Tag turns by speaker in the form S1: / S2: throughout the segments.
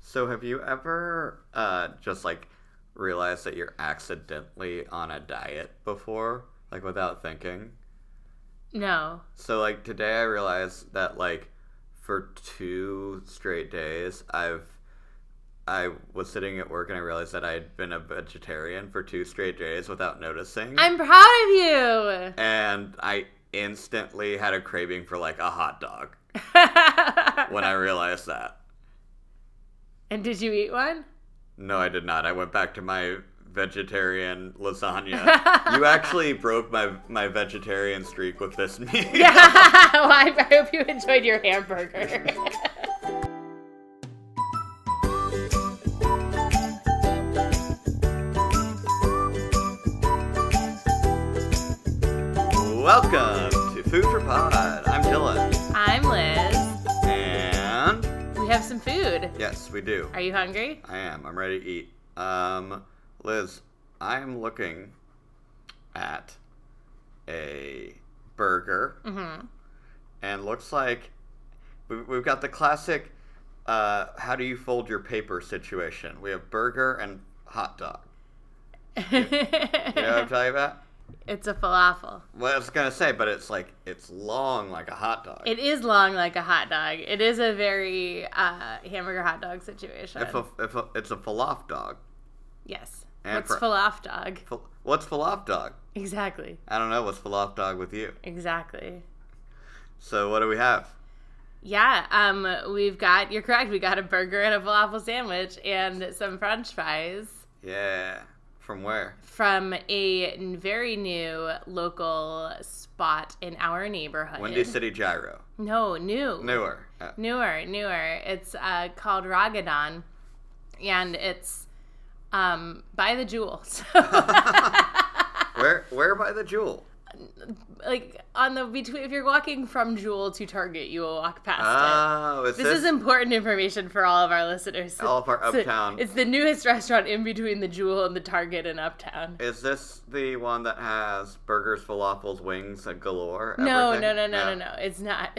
S1: So have you ever uh, just like realized that you're accidentally on a diet before, like without thinking?
S2: No.
S1: So like today I realized that like for two straight days I've I was sitting at work and I realized that I had been a vegetarian for two straight days without noticing.
S2: I'm proud of you.
S1: and I instantly had a craving for like a hot dog when I realized that.
S2: and did you eat one?
S1: No, I did not. I went back to my vegetarian lasagna. you actually broke my my vegetarian streak with this meal.
S2: Yeah. well, I I hope you enjoyed your hamburger.
S1: Welcome to Food for Pod. I'm Dylan,
S2: I'm Liz.
S1: and
S2: We have some food.
S1: yes, we do.
S2: Are you hungry?
S1: I am. I'm ready to eat. Um, Liz, I'm looking at a burger,
S2: Mm-hmm.
S1: and looks like we- we've got the classic uh, "how do you fold your paper" situation. We have burger and hot dog. You know what I'm talking about?
S2: it's a falafel.
S1: Well, I was gonna say, but it's like it's long like a hot dog.
S2: It is long like a hot dog. It is a very uh, hamburger hot dog situation.
S1: if a, if a, it's a falafel dog.
S2: yes.
S1: and
S2: What's
S1: for-
S2: falafel dog?
S1: Fal- What's falafel dog?
S2: Exactly.
S1: I don't know what's falafel dog with you.
S2: Exactly.
S1: So what do we have?
S2: Yeah, um, we've got, you're correct, we got a burger and a falafel sandwich and some french fries
S1: Yeah. From where?
S2: from a very new local spot in our neighborhood.
S1: Windy City Gyro.
S2: No, new.
S1: Newer. Uh,
S2: Newer, newer. It's uh, called Ragadon, and it's um, by the jewel. So, uh,
S1: where? Where by the jewel?
S2: like on the between, if you're walking from Jewel to Target, you will walk past it.
S1: Oh, it's
S2: This is important information for all of our listeners.
S1: all of our
S2: So,
S1: uptown.
S2: it's the newest restaurant in between the Jewel and the Target in Uptown.
S1: Is this the one that has burgers, falafels, wings, and galore?
S2: No,
S1: everything?
S2: no, no, no, no, no. It's not.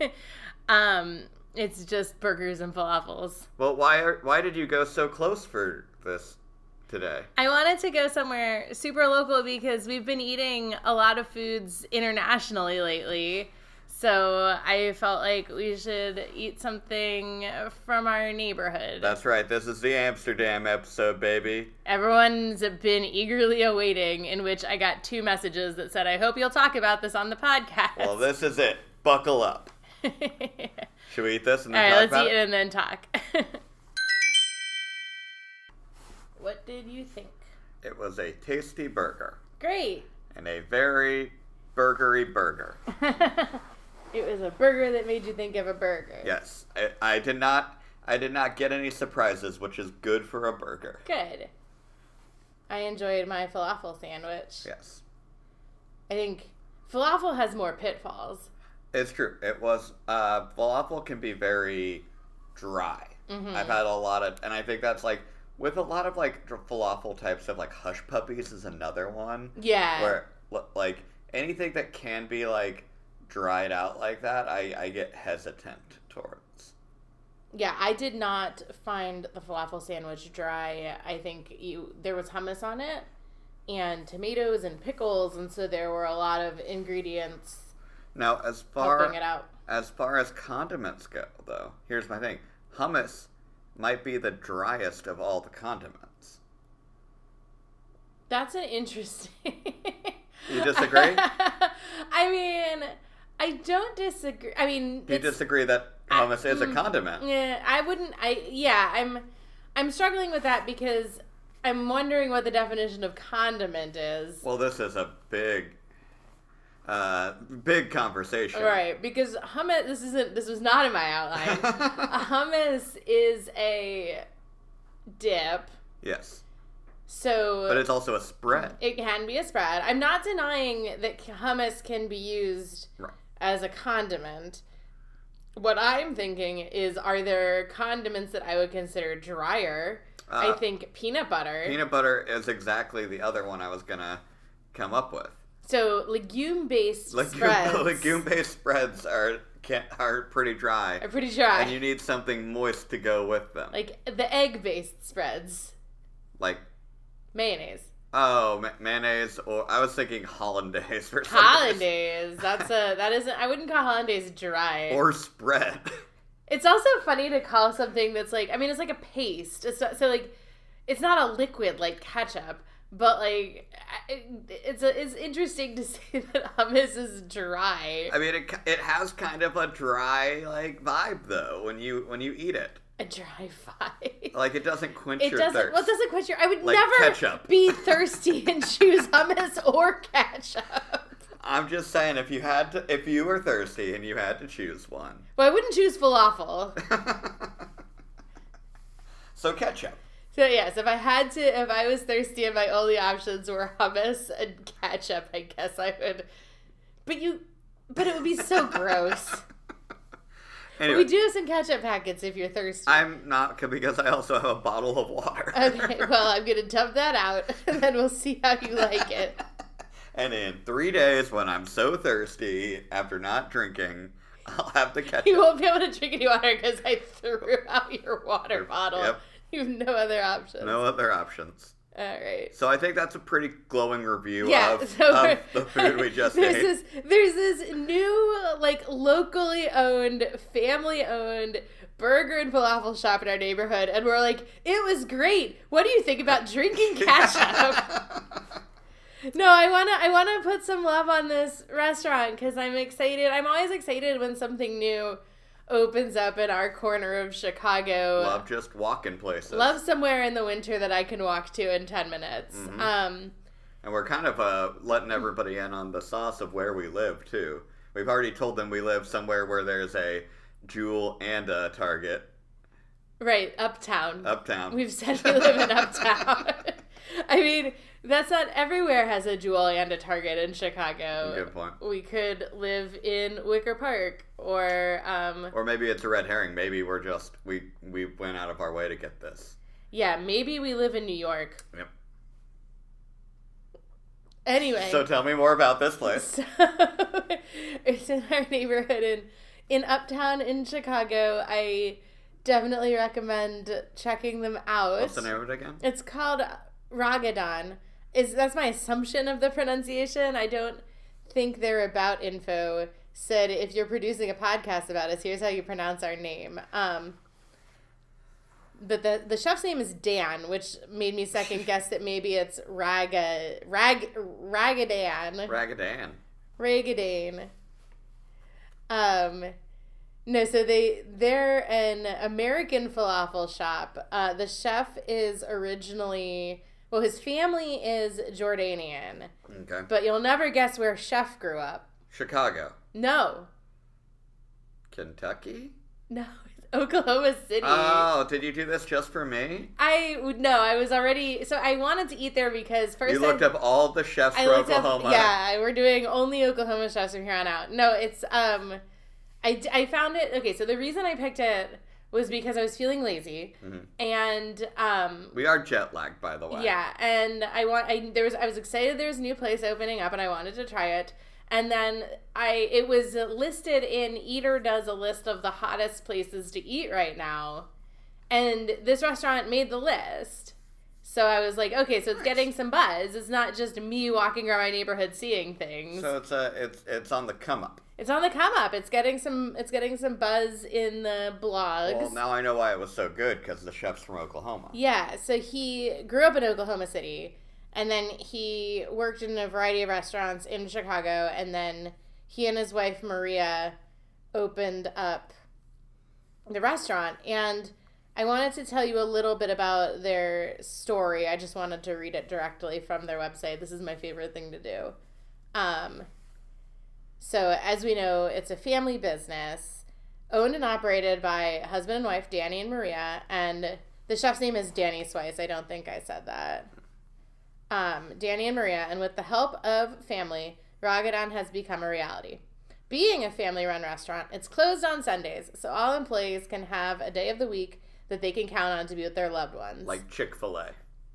S2: um, it's just burgers and falafels.
S1: Well, why are, why did you go so close for this today?
S2: I wanted to go somewhere super local because we've been eating a lot of foods internationally lately. So I felt like we should eat something from our neighborhood.
S1: That's right. This is the Amsterdam episode, baby.
S2: Everyone's been eagerly awaiting, in which I got two messages that said, I hope you'll talk about this on the podcast.
S1: Well, this is it. Buckle up.
S2: All
S1: Should we eat this and then
S2: right,
S1: talk
S2: let's
S1: about
S2: eat it
S1: it?
S2: and then talk. what did you think?
S1: It was a tasty burger
S2: Great.
S1: and a very burgery burger.
S2: it was a burger that made you think of a burger.
S1: Yes, I, I did not. I did not get any surprises, which is good for a burger.
S2: Good. I enjoyed my falafel sandwich.
S1: Yes,
S2: I think falafel has more pitfalls.
S1: it's true. It was uh, falafel can be very dry.
S2: Mm-hmm.
S1: I've had a lot of, and I think that's like with a lot of like dr- falafel types of like hush puppies is another one
S2: Yeah.
S1: where l- like anything that can be like dried out like that, I I get hesitant towards.
S2: Yeah, I did not find the falafel sandwich dry. I think you there was hummus on it and tomatoes and pickles and so there were a lot of ingredients
S1: Now, as far
S2: helping it out.
S1: As far as condiments go, though, here's my thing hummus might be the driest of all the condiments.
S2: That's an interesting.
S1: You disagree?
S2: I mean, I don't disagree. I mean,
S1: Do you
S2: it's-
S1: disagree that hummus is a
S2: mm,
S1: condiment?
S2: Yeah, I wouldn't. I yeah, I'm I'm struggling with that because I'm wondering what the definition of condiment is.
S1: Well, this is a big, uh, big conversation.
S2: Right, because hummus. This isn't. This was not in my outline. A hummus is a dip,
S1: yes.
S2: so
S1: But it's also a spread.
S2: it can be a spread. I'm not denying that hummus can be used
S1: Right.
S2: as a condiment. What I'm thinking is, are there condiments that I would consider drier?
S1: Uh,
S2: I think peanut butter.
S1: Peanut butter is exactly the other one I was going to come up with.
S2: So legume based
S1: Legume,
S2: spreads.
S1: legume-based spreads are can are pretty dry,
S2: Are pretty dry.
S1: and you need something moist to go with them. Like,
S2: like the egg-based spreads, mayonnaise,
S1: oh, ma- mayonnaise, or I was thinking hollandaise for some reason.
S2: hollandaise. That's a that isn't. I wouldn't call hollandaise dry.
S1: or spread.
S2: It's also funny to call something that's like, I mean, it's like a paste. It's not, so like, it's not a liquid like ketchup, but like, I- it's a, it's interesting to say that hummus is dry.
S1: I mean, it ki- it has kind of a dry like vibe though when you when you eat it.
S2: A dry vibe.
S1: Like it doesn't quench
S2: It
S1: your
S2: doesn't.
S1: thirst.
S2: Well, it doesn't quench your. I would
S1: Like
S2: never
S1: ketchup.
S2: be thirsty and choose hummus or ketchup.
S1: I'm just saying, if you had to, if you were thirsty and you had to choose one,
S2: Well, I wouldn't choose falafel.
S1: so ketchup.
S2: So yes, if I had to, if I was thirsty and my only options were hummus and ketchup, I guess I would. But you, but it would be so gross.
S1: Anyway,
S2: We do have some ketchup packets if you're thirsty.
S1: I'm not because I also have a bottle of water.
S2: okay, well, I'm gonna dump that out, and then we'll see how you like it.
S1: and in three days, when I'm so thirsty after not drinking, I'll have the ketchup.
S2: You won't be able to drink any water because I threw out your water bottle.
S1: Yep.
S2: You have no other options.
S1: No other options.
S2: All right.
S1: So I think that's a pretty glowing review
S2: Yeah,
S1: of,
S2: so
S1: of
S2: we're-
S1: the food we just
S2: there's
S1: ate.
S2: This, there's this new, like, locally owned, family owned burger and falafel shop in our neighborhood, and we're like, it was great. What do you think about drinking ketchup? no, I wanna, I wanna put some love on this restaurant because I'm excited. I'm always excited when something new opens up in our corner of Chicago.
S1: Love just walking places.
S2: Love somewhere in the winter that I can walk to in ten minutes.
S1: Mm-hmm.
S2: Um.
S1: And we're kind of uh, letting everybody in on the sauce of where we live, too. We've already told them we live somewhere where there's a Jewel and a Target
S2: Right, uptown.
S1: uptown.
S2: We've said we live in uptown. I mean, that's not everywhere has a Jewel and a Target in Chicago.
S1: Good point.
S2: We could live in Wicker Park or um
S1: Or maybe it's a red herring. Maybe we're just we we went out of our way to get this.
S2: yeah, maybe we live in New York.
S1: Yep.
S2: Anyway.
S1: So tell me more about this place.
S2: So it's in our neighborhood in in uptown in Chicago. I definitely recommend checking them out.
S1: What's the name of it again?
S2: It's called Ragadon. Is that's my assumption of the pronunciation. I don't think they're about info said if you're producing a podcast about us, here's how you pronounce our name. Um but the the chef's name is Dan, which made me second guess that maybe it's Raga Rag Ragadan.
S1: Ragadan.
S2: Ragadane. Um, no, so they they're an American falafel shop. Uh, the chef is originally well, his family is Jordanian,
S1: Okay.
S2: but you'll never guess where chef grew up.
S1: Chicago,
S2: No,
S1: Kentucky.
S2: no, it's Oklahoma City.
S1: Oh, did you do this just for me?
S2: I would no, I was already so I wanted to eat there because first
S1: You looked
S2: I,
S1: up all the chefs
S2: I
S1: for
S2: looked
S1: Oklahoma.
S2: up. Yeah, we're doing only Oklahoma chefs from here on out. No, it's um, I d- I found it okay. So the reason I picked it was because I was feeling lazy,
S1: Mhm.
S2: and um,
S1: We are jet lagged, by the way.
S2: yeah, and I want I there was I was excited there was a new place opening up, and I wanted to try it. And then I it was listed in Eater does a list of the hottest places to eat right now, and this restaurant made the list. So I was like, okay, so it's getting some buzz. It's not just me walking around my neighborhood seeing things.
S1: So it's a it's it's on the come up.
S2: it's on the come up. It's getting some. It's getting some buzz in the blogs.
S1: Well, now I know why it was so good because the chef's from Oklahoma.
S2: Yeah, so he grew up in Oklahoma City and then he worked in a variety of restaurants in Chicago and then he and his wife Maria opened up the restaurant and I wanted to tell you a little bit about their story. I just wanted to read it directly from their website. This is my favorite thing to do. Um, so, as we know, it's a family business owned and operated by husband and wife Danny and Maria. And the chef's name is Danny Swice. I don't think I said that. Um, Danny and Maria, and with the help of family, Ragadan has become a reality. Being a family run restaurant, it's closed on Sundays, so all employees can have a day of the week that they can count on to be with their loved ones.
S1: Like Chick Fil A.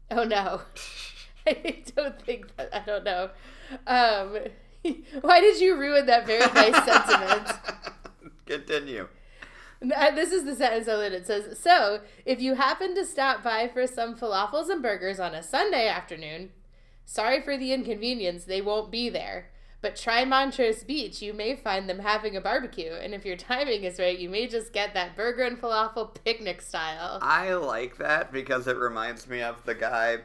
S2: Oh no. I don't think that I don't know. Um why did you ruin that very nice sentiment?
S1: Continue.
S2: Uh, This is the sentence I lit. It says, "So, if you happen to stop by for some falafels and burgers on a Sunday afternoon, sorry for the inconvenience. They won't be there. But try Montrose Beach. You may find them having a barbecue, and if your timing is right, you may just get that burger and falafel picnic style."
S1: I like that because it reminds me of the guy,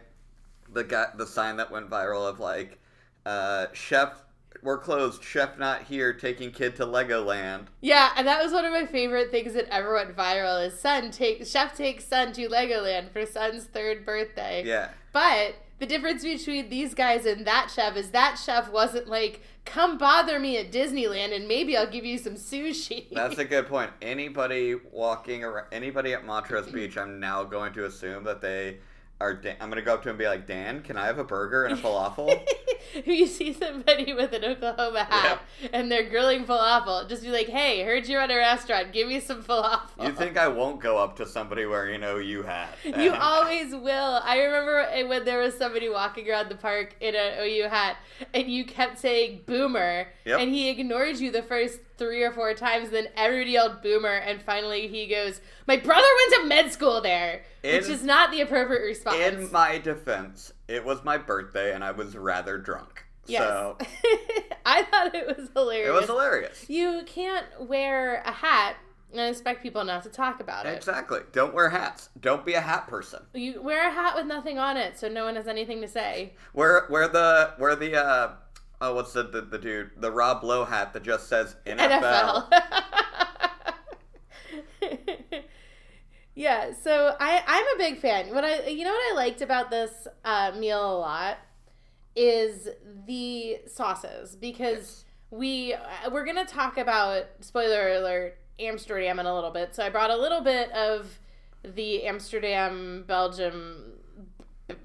S1: the guy, the sign that went viral of like, uh, chef, we're closed, chef not here, taking kid to Legoland.
S2: Yeah, and that was one of my favorite things that ever went viral. Is son take chef takes son to Legoland for son's third birthday.
S1: Yeah,
S2: But the difference between these guys and that chef is that chef wasn't like, come bother me at Disneyland and maybe I'll give you some sushi.
S1: that's a good point. Anybody walking around, anybody at Montrose Beach, I'm now going to assume that they are. Dan- I'm gonna go up to him and be like, Dan, can I have a burger and a falafel?
S2: you see somebody with an Oklahoma hat and they're grilling falafel, just be like, hey, heard you're at a restaurant, give me some falafel.
S1: you think I won't go up to somebody wearing an OU hat?
S2: You always will. I remember when there was somebody walking around the park in an OU hat, and you kept saying "boomer,"
S1: Yep.
S2: and he ignored you the first three or four times. Then everybody yelled "boomer," and finally he goes, "My brother went to med school there," which
S1: In-
S2: is not the appropriate response.
S1: In my defense, it was my birthday and I was rather drunk.
S2: yes,
S1: So
S2: I thought it was hilarious.
S1: it was hilarious.
S2: you can't wear a hat and expect people not to talk about it.
S1: Exactly. Don't wear hats. Don't be a hat person.
S2: You wear a hat with nothing on it, so no one has anything to say.
S1: Wear wear the wear the uh oh what's the the, the dude the Rob Lowe hat that just says NFL.
S2: NFL. yeah, so I I'm a big fan. What I you know what I liked about this uh, meal a lot is the sauces because we uh, we're gonna talk about spoiler alert Amsterdam in a little bit. So I brought a little bit of the Amsterdam Belgium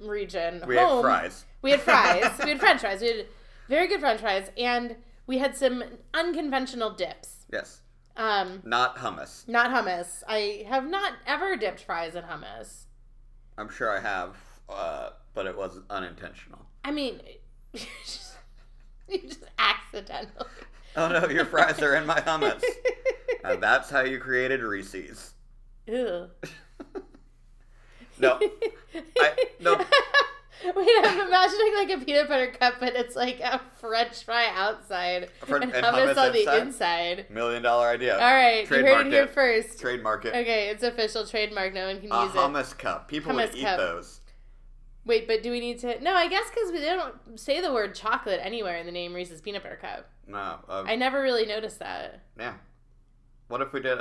S2: region
S1: We
S2: home.
S1: had fries.
S2: We had fries. we had French fries. We had very good French fries, and we had some unconventional dips.
S1: Yes.
S2: Um,
S1: Not hummus.
S2: not hummus. I have not ever dipped fries in hummus.
S1: I'm sure I have, uh, but it was unintentional.
S2: I mean, you just, you just accidentally.
S1: Oh no, your fries are in my hummus. And that's how you created Reese's.
S2: Ew.
S1: No. I- no.
S2: Wait, I'm imagining like a peanut butter cup, but it's like a French fry outside
S1: Fr- and
S2: and, hummus,
S1: hummus
S2: on the
S1: inside?
S2: inside.
S1: Million dollar idea.
S2: All right, you heard
S1: Trademarked
S2: it here
S1: it.
S2: first.
S1: Trademark it.
S2: Okay, it's official trademark. No one can
S1: A
S2: use it.
S1: hummus cup. People
S2: Hummus
S1: would eat
S2: cup.
S1: those.
S2: Wait, but do we need to? No, I guess because we don't say the word chocolate anywhere in the name Reese's Peanut Butter Cup.
S1: No. Uh,
S2: I never really noticed that.
S1: yeah. What if we did?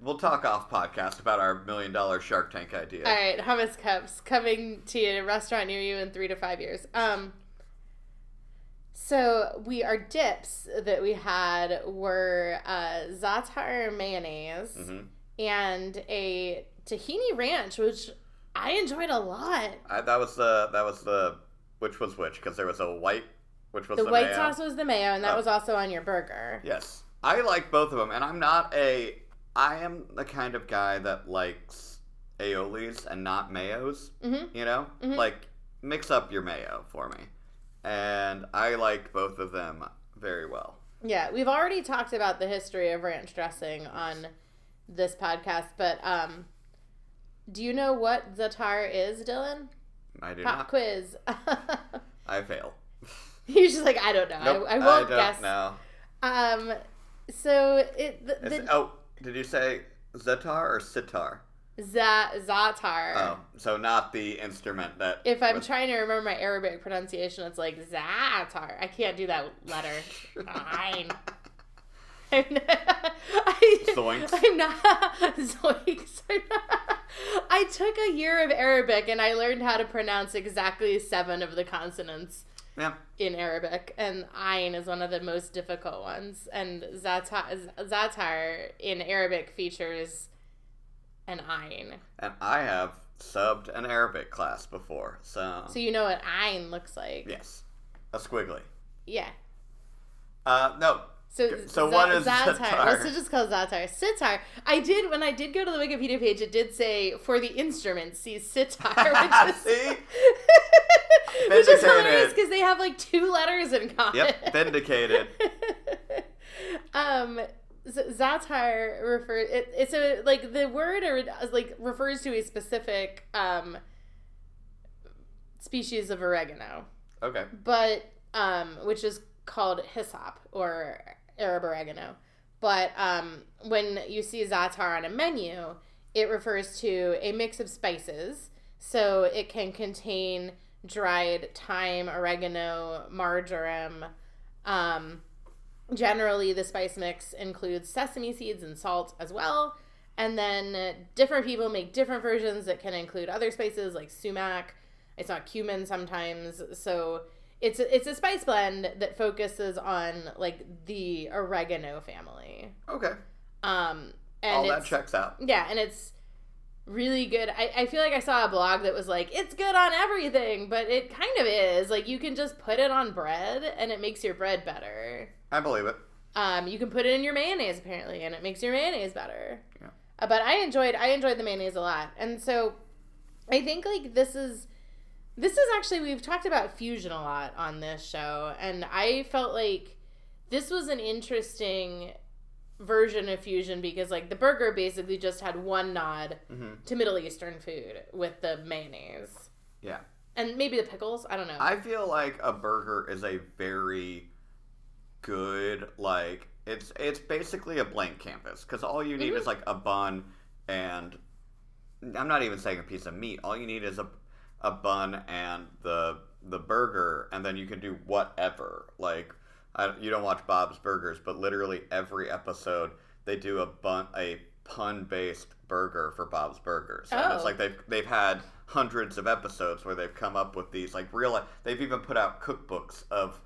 S1: We'll talk off podcast about our million dollar Shark Tank idea.
S2: All right, hummus cups coming to a restaurant near you in three to five years. Um, so we our dips that we had were uh, za'atar mayonnaise
S1: Mhm.
S2: and a tahini ranch, which I enjoyed a lot.
S1: I, that was the that was the which was which because there was a white which was
S2: The,
S1: the,
S2: white
S1: mayo.
S2: sauce was the mayo, and that
S1: Oh.
S2: was also on your burger.
S1: Yes, I like both of them, and I'm not a I am the kind of guy that likes aiolis and not mayos.
S2: Mhm.
S1: You know,
S2: Mhm.
S1: like mix up your mayo for me, and I liked both of them very well.
S2: Yeah, we've already talked about the history of ranch dressing on this podcast, but um, do you know what za'atar is, Dylan?
S1: I do
S2: Pop
S1: not.
S2: quiz.
S1: I fail.
S2: He's just like I don't know.
S1: Nope,
S2: I, I won't
S1: don't
S2: guess.
S1: know.
S2: Um, so it the,
S1: Is-
S2: the
S1: oh, did you say zitar or sitar?
S2: za za'atar.
S1: Oh, so not the instrument that.
S2: If I'm
S1: was-
S2: trying to remember my Arabic pronunciation, it's like za'atar. I can't do that letter. Fine. I'm not, I,
S1: Zoinks.
S2: I'm not zoinks. I'm not- I took a year of Arabic and I learned how to pronounce exactly seven of the consonants
S1: yeah,
S2: in Arabic, and ayn is one of the most difficult ones. And zatar, zatar in Arabic features an ayn,
S1: and I have subbed an Arabic class before, so,
S2: so you know what ayn looks like.
S1: yes, a squiggly.
S2: Yeah.
S1: Uh, no,
S2: So,
S1: So
S2: za-
S1: what is
S2: zatar?
S1: zatar?
S2: Let's just call it zatar. Sitar. I did when I did go to the Wikipedia page. It did say for the instrument, see sitar, which is
S1: see,
S2: which is hilarious
S1: Vindicated.
S2: because they have like two letters in common.
S1: yep, vindicated.
S2: um Z- zatar refers it, it's a like the word or like refers to a specific um species of oregano
S1: Okay.
S2: but um, which is called hyssop or Arab oregano. But um, when you see za'atar on a menu, it refers to a mix of spices. So it can contain dried thyme, oregano, marjoram. Um, generally, the spice mix includes sesame seeds and salt as well. And then uh, different people make different versions that can include other spices like sumac. It's not cumin sometimes. So it's a, it's a spice blend that focuses on like the oregano family.
S1: Okay.
S2: Um, and
S1: All that
S2: it's-
S1: checks out.
S2: yeah, and it's really good. I, I feel like I saw a blog that was like, it's good on everything, but it kind of is. Like, you can just put it on bread and it makes your bread better.
S1: I believe it.
S2: Um, you can put it in your mayonnaise apparently, and it makes your mayonnaise better.
S1: Yeah.
S2: Uh, but I enjoyed I enjoyed the mayonnaise a lot, and so I think like this is this is actually we've talked about fusion a lot on this show, and I felt like this was an interesting version of fusion because like the burger basically just had one nod
S1: hmm
S2: to Middle Eastern food with the mayonnaise
S1: Yeah.
S2: and maybe the pickles. I don't know.
S1: I feel like a burger is a very good like it's it's basically a blank canvas because all you need is
S2: Mm-hmm.
S1: like a bun and I'm not even saying a piece of meat. All you need is a a bun and the the burger, and then you can do whatever. Like I, you don't watch Bob's Burgers, but literally every episode they do a bun a pun based burger for Bob's Burgers, and it's
S2: Oh.
S1: like they've they've had hundreds of episodes where they've come up with these like real. They've even put out cookbooks of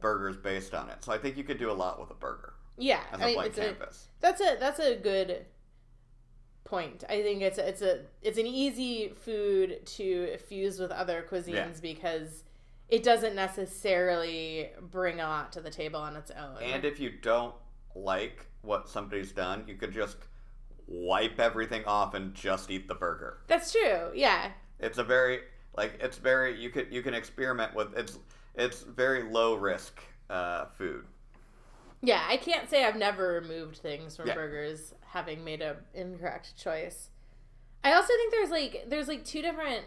S1: burgers based on it. So I think you could do a lot with a burger
S2: yeah,
S1: as
S2: I
S1: a
S2: mean,
S1: blank
S2: it's a-
S1: canvas.
S2: That's a that's a good point. I think it's a, it's a it's an easy food to fuse with other cuisines
S1: Yeah.
S2: because it doesn't necessarily bring a lot to the table on its own.
S1: And if you don't like what somebody's done, you could just wipe everything off and just eat the burger.
S2: that's true. Yeah.
S1: It's a very like it's very you could you can experiment with it's it's very low risk uh, food.
S2: Yeah, I can't say I've never removed things from
S1: Yeah.
S2: burgers having made a incorrect choice. I also think there's like there's like two different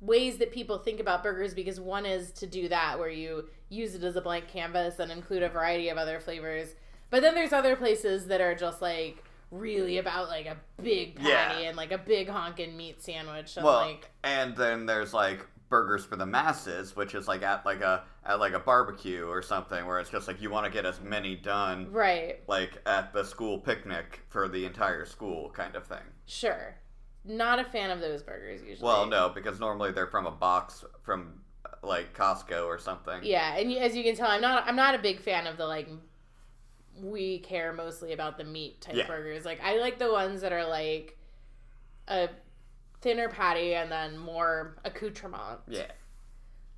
S2: ways that people think about burgers because one is to do that where you use it as a blank canvas and include a variety of other flavors. But then there's other places that are just like really about like a big patty
S1: Yeah.
S2: and like a big honkin' meat sandwich and
S1: well,
S2: like
S1: and then there's like burgers for the masses, which is like at like a at like a barbecue or something where it's just like you want to get as many done
S2: right.
S1: like at the school picnic for the entire school kind of thing.
S2: Sure. Not a fan of those burgers usually.
S1: Well, no, because normally they're from a box from uh, like Costco or something.
S2: Yeah, and as you can tell, I'm not I'm not a big fan of the like we care mostly about the meat type
S1: Yeah.
S2: burgers. Like I like the ones that are like a thinner patty and then more accoutrement.
S1: Yeah.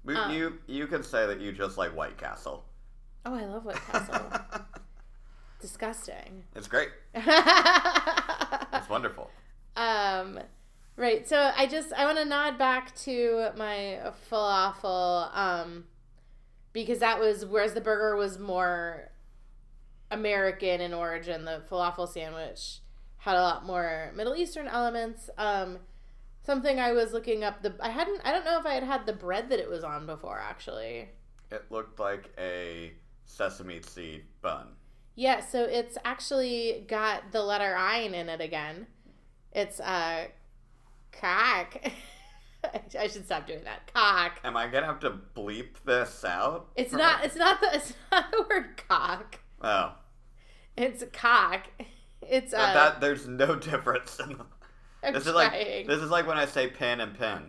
S1: We,
S2: Um.
S1: you you can say that you just like White Castle.
S2: Oh, I love White Castle. Disgusting.
S1: it's great.
S2: Uh.
S1: It's wonderful.
S2: um right, so I just I want to nod back to my falafel um because that was whereas the burger was more American in origin, the falafel sandwich had a lot more Middle Eastern elements. Um, something I was looking up the I hadn't I don't know if I had had the bread that it was on before actually.
S1: It looked like a sesame seed bun.
S2: Yeah, so it's actually got the letter Ein in it again. It's uh, cock. I should stop doing that. Cock.
S1: Am I gonna have to bleep this out?
S2: It's
S1: Or-
S2: not. It's not the. It's not the word cock.
S1: Oh,
S2: It's cock. It's
S1: But
S2: uh.
S1: that there's no difference. In the,
S2: I'm
S1: this is like
S2: trying.
S1: this is like when I say pin and pin.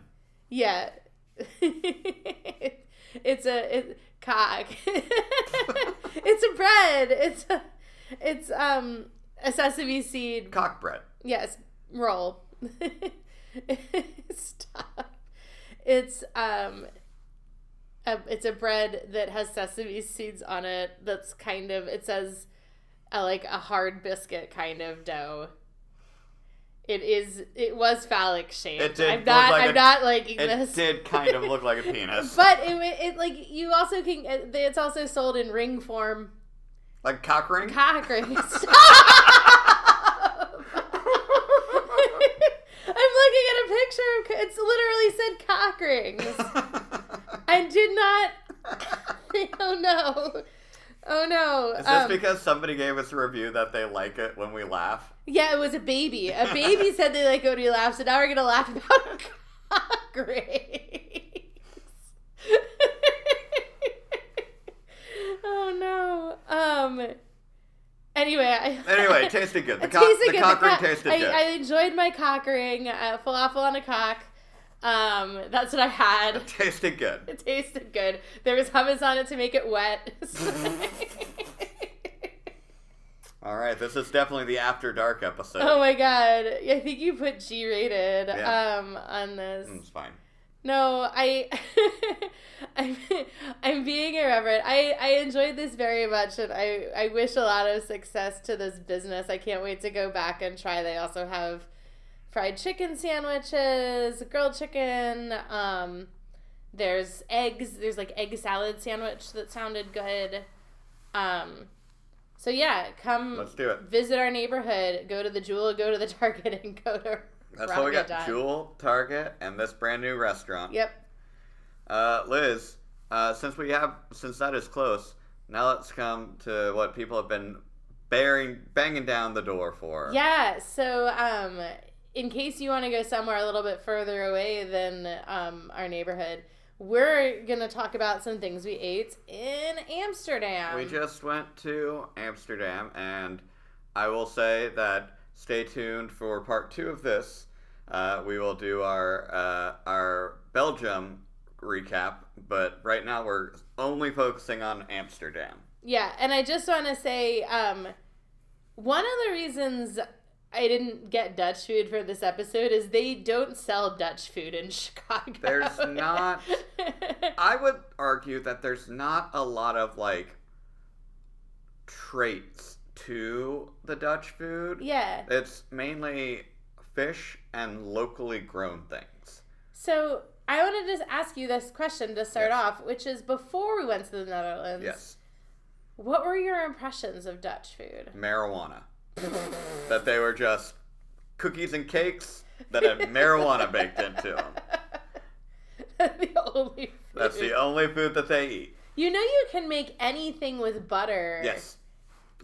S2: Yeah. it's a it, cock. it's a bread. It's a, it's um a sesame seed.
S1: Cock bread.
S2: Yes, roll. Stop. It's um a, it's a bread that has sesame seeds on it. That's kind of it says uh, like a hard biscuit kind of dough. It is. It was phallic shaped.
S1: It did
S2: I'm
S1: look
S2: not.
S1: like
S2: I'm
S1: a-
S2: not liking
S1: It
S2: this.
S1: did kind of look like a penis.
S2: But it, it like you also can. It's also sold in ring form.
S1: Like cock ring?
S2: Cock ring. Stop! I'm looking at a picture. Of, co- it's literally said cock rings. I did not. Oh no. Oh no.
S1: Is this
S2: Um,
S1: because somebody gave us a review that they like it when we laugh?
S2: yeah, it was a baby. A baby said they like Odie laugh, so now we're gonna laugh about cock rings. oh no. Um. Anyway. I,
S1: Anyway, it tasted good. The,
S2: It
S1: cock,
S2: tasted
S1: the
S2: good.
S1: cock
S2: The
S1: ring
S2: cock-
S1: tasted
S2: I,
S1: good.
S2: I enjoyed my cock ring, uh, falafel on a cock. Um, that's what I had.
S1: It tasted good.
S2: It tasted good. There was hummus on it to make it wet.
S1: All right, this is definitely the after dark episode.
S2: oh my god! I think you put G rated
S1: Yeah.
S2: um, on this.
S1: Mm, It's fine.
S2: No, I, I'm, I'm being irreverent. I, I enjoyed this very much, and I, I wish a lot of success to this business. I can't wait to go back and try. They also have fried chicken sandwiches, grilled chicken. Um, there's eggs. There's like egg salad sandwich that sounded good. Um, so yeah, come
S1: Let's do it.
S2: visit our neighborhood. Go to the Jewel. Go to the Target, and go to.
S1: That's all we got.
S2: Ramadan.
S1: Jewel, Target, and this brand new restaurant.
S2: Yep.
S1: Uh, Liz, uh, since we have since that is close, now let's come to what people have been bearing banging down the door for.
S2: Yeah, so um, in case you want to go somewhere a little bit further away than um, our neighborhood, we're going to talk about some things we ate in Amsterdam.
S1: We just went to Amsterdam, and I will say that stay tuned for part two of this. Uh, we will do our uh, our Belgium recap, but right now we're only focusing on Amsterdam.
S2: yeah, and I just want to say um, one of the reasons I didn't get Dutch food for this episode is they don't sell Dutch food in Chicago.
S1: There's not. I would argue that there's not a lot of like traits to the Dutch food.
S2: yeah.
S1: It's mainly fish and locally grown things.
S2: So I want to just ask you this question to start
S1: Yes.
S2: off, which is before we went to the Netherlands.
S1: Yes.
S2: What were your impressions of Dutch food?
S1: Marijuana. that they were just cookies and cakes that had marijuana baked into them.
S2: the only food.
S1: That's the only food that they eat.
S2: You know you can make anything with butter.
S1: Yes.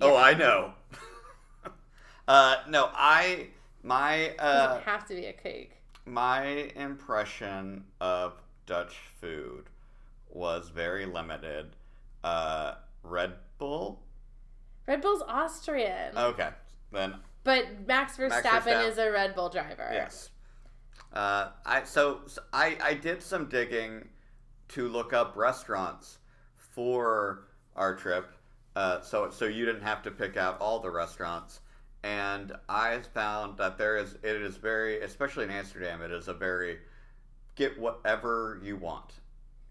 S1: Oh, I know. uh, no, I my
S2: It
S1: uh,
S2: doesn't have to be a cake.
S1: My impression of Dutch food was very limited. Uh, Red Bull?
S2: Red Bull's Austrian,
S1: Okay, then
S2: but Max Verstappen,
S1: Uh, Verstappen.
S2: is a Red Bull driver.
S1: yes. Uh, I so, so I I did some digging to look up restaurants for our trip. Uh, so so you didn't have to pick out all the restaurants, and I found that there is it is very especially in Amsterdam it is a very get whatever you want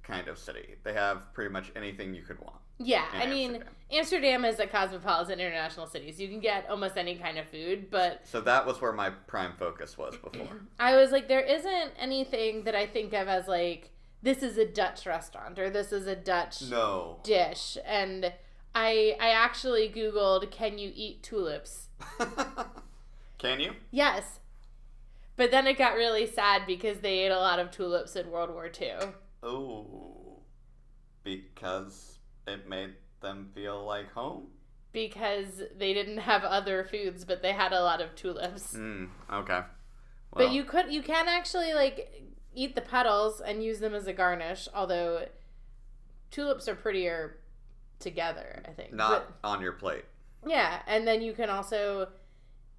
S1: kind of city. They have pretty much anything you could want.
S2: Yeah,
S1: in
S2: I mean
S1: Amsterdam.
S2: Amsterdam is a cosmopolitan international city, so you can get almost any kind of food. But
S1: So that was where my prime focus was before.
S2: I was like, there isn't anything that I think of as like this is a Dutch restaurant or this is a Dutch
S1: no.
S2: dish and I I actually googled can you eat tulips?
S1: Can you?
S2: Yes. But then it got really sad because they ate a lot of tulips in World War II.
S1: Oh, because it made them feel like home.
S2: Because they didn't have other foods, but they had a lot of tulips.
S1: Mm, okay.
S2: But you could you can actually like eat the petals and use them as a garnish, although tulips are prettier together, I think.
S1: not on your plate.
S2: But- yeah, and then you can also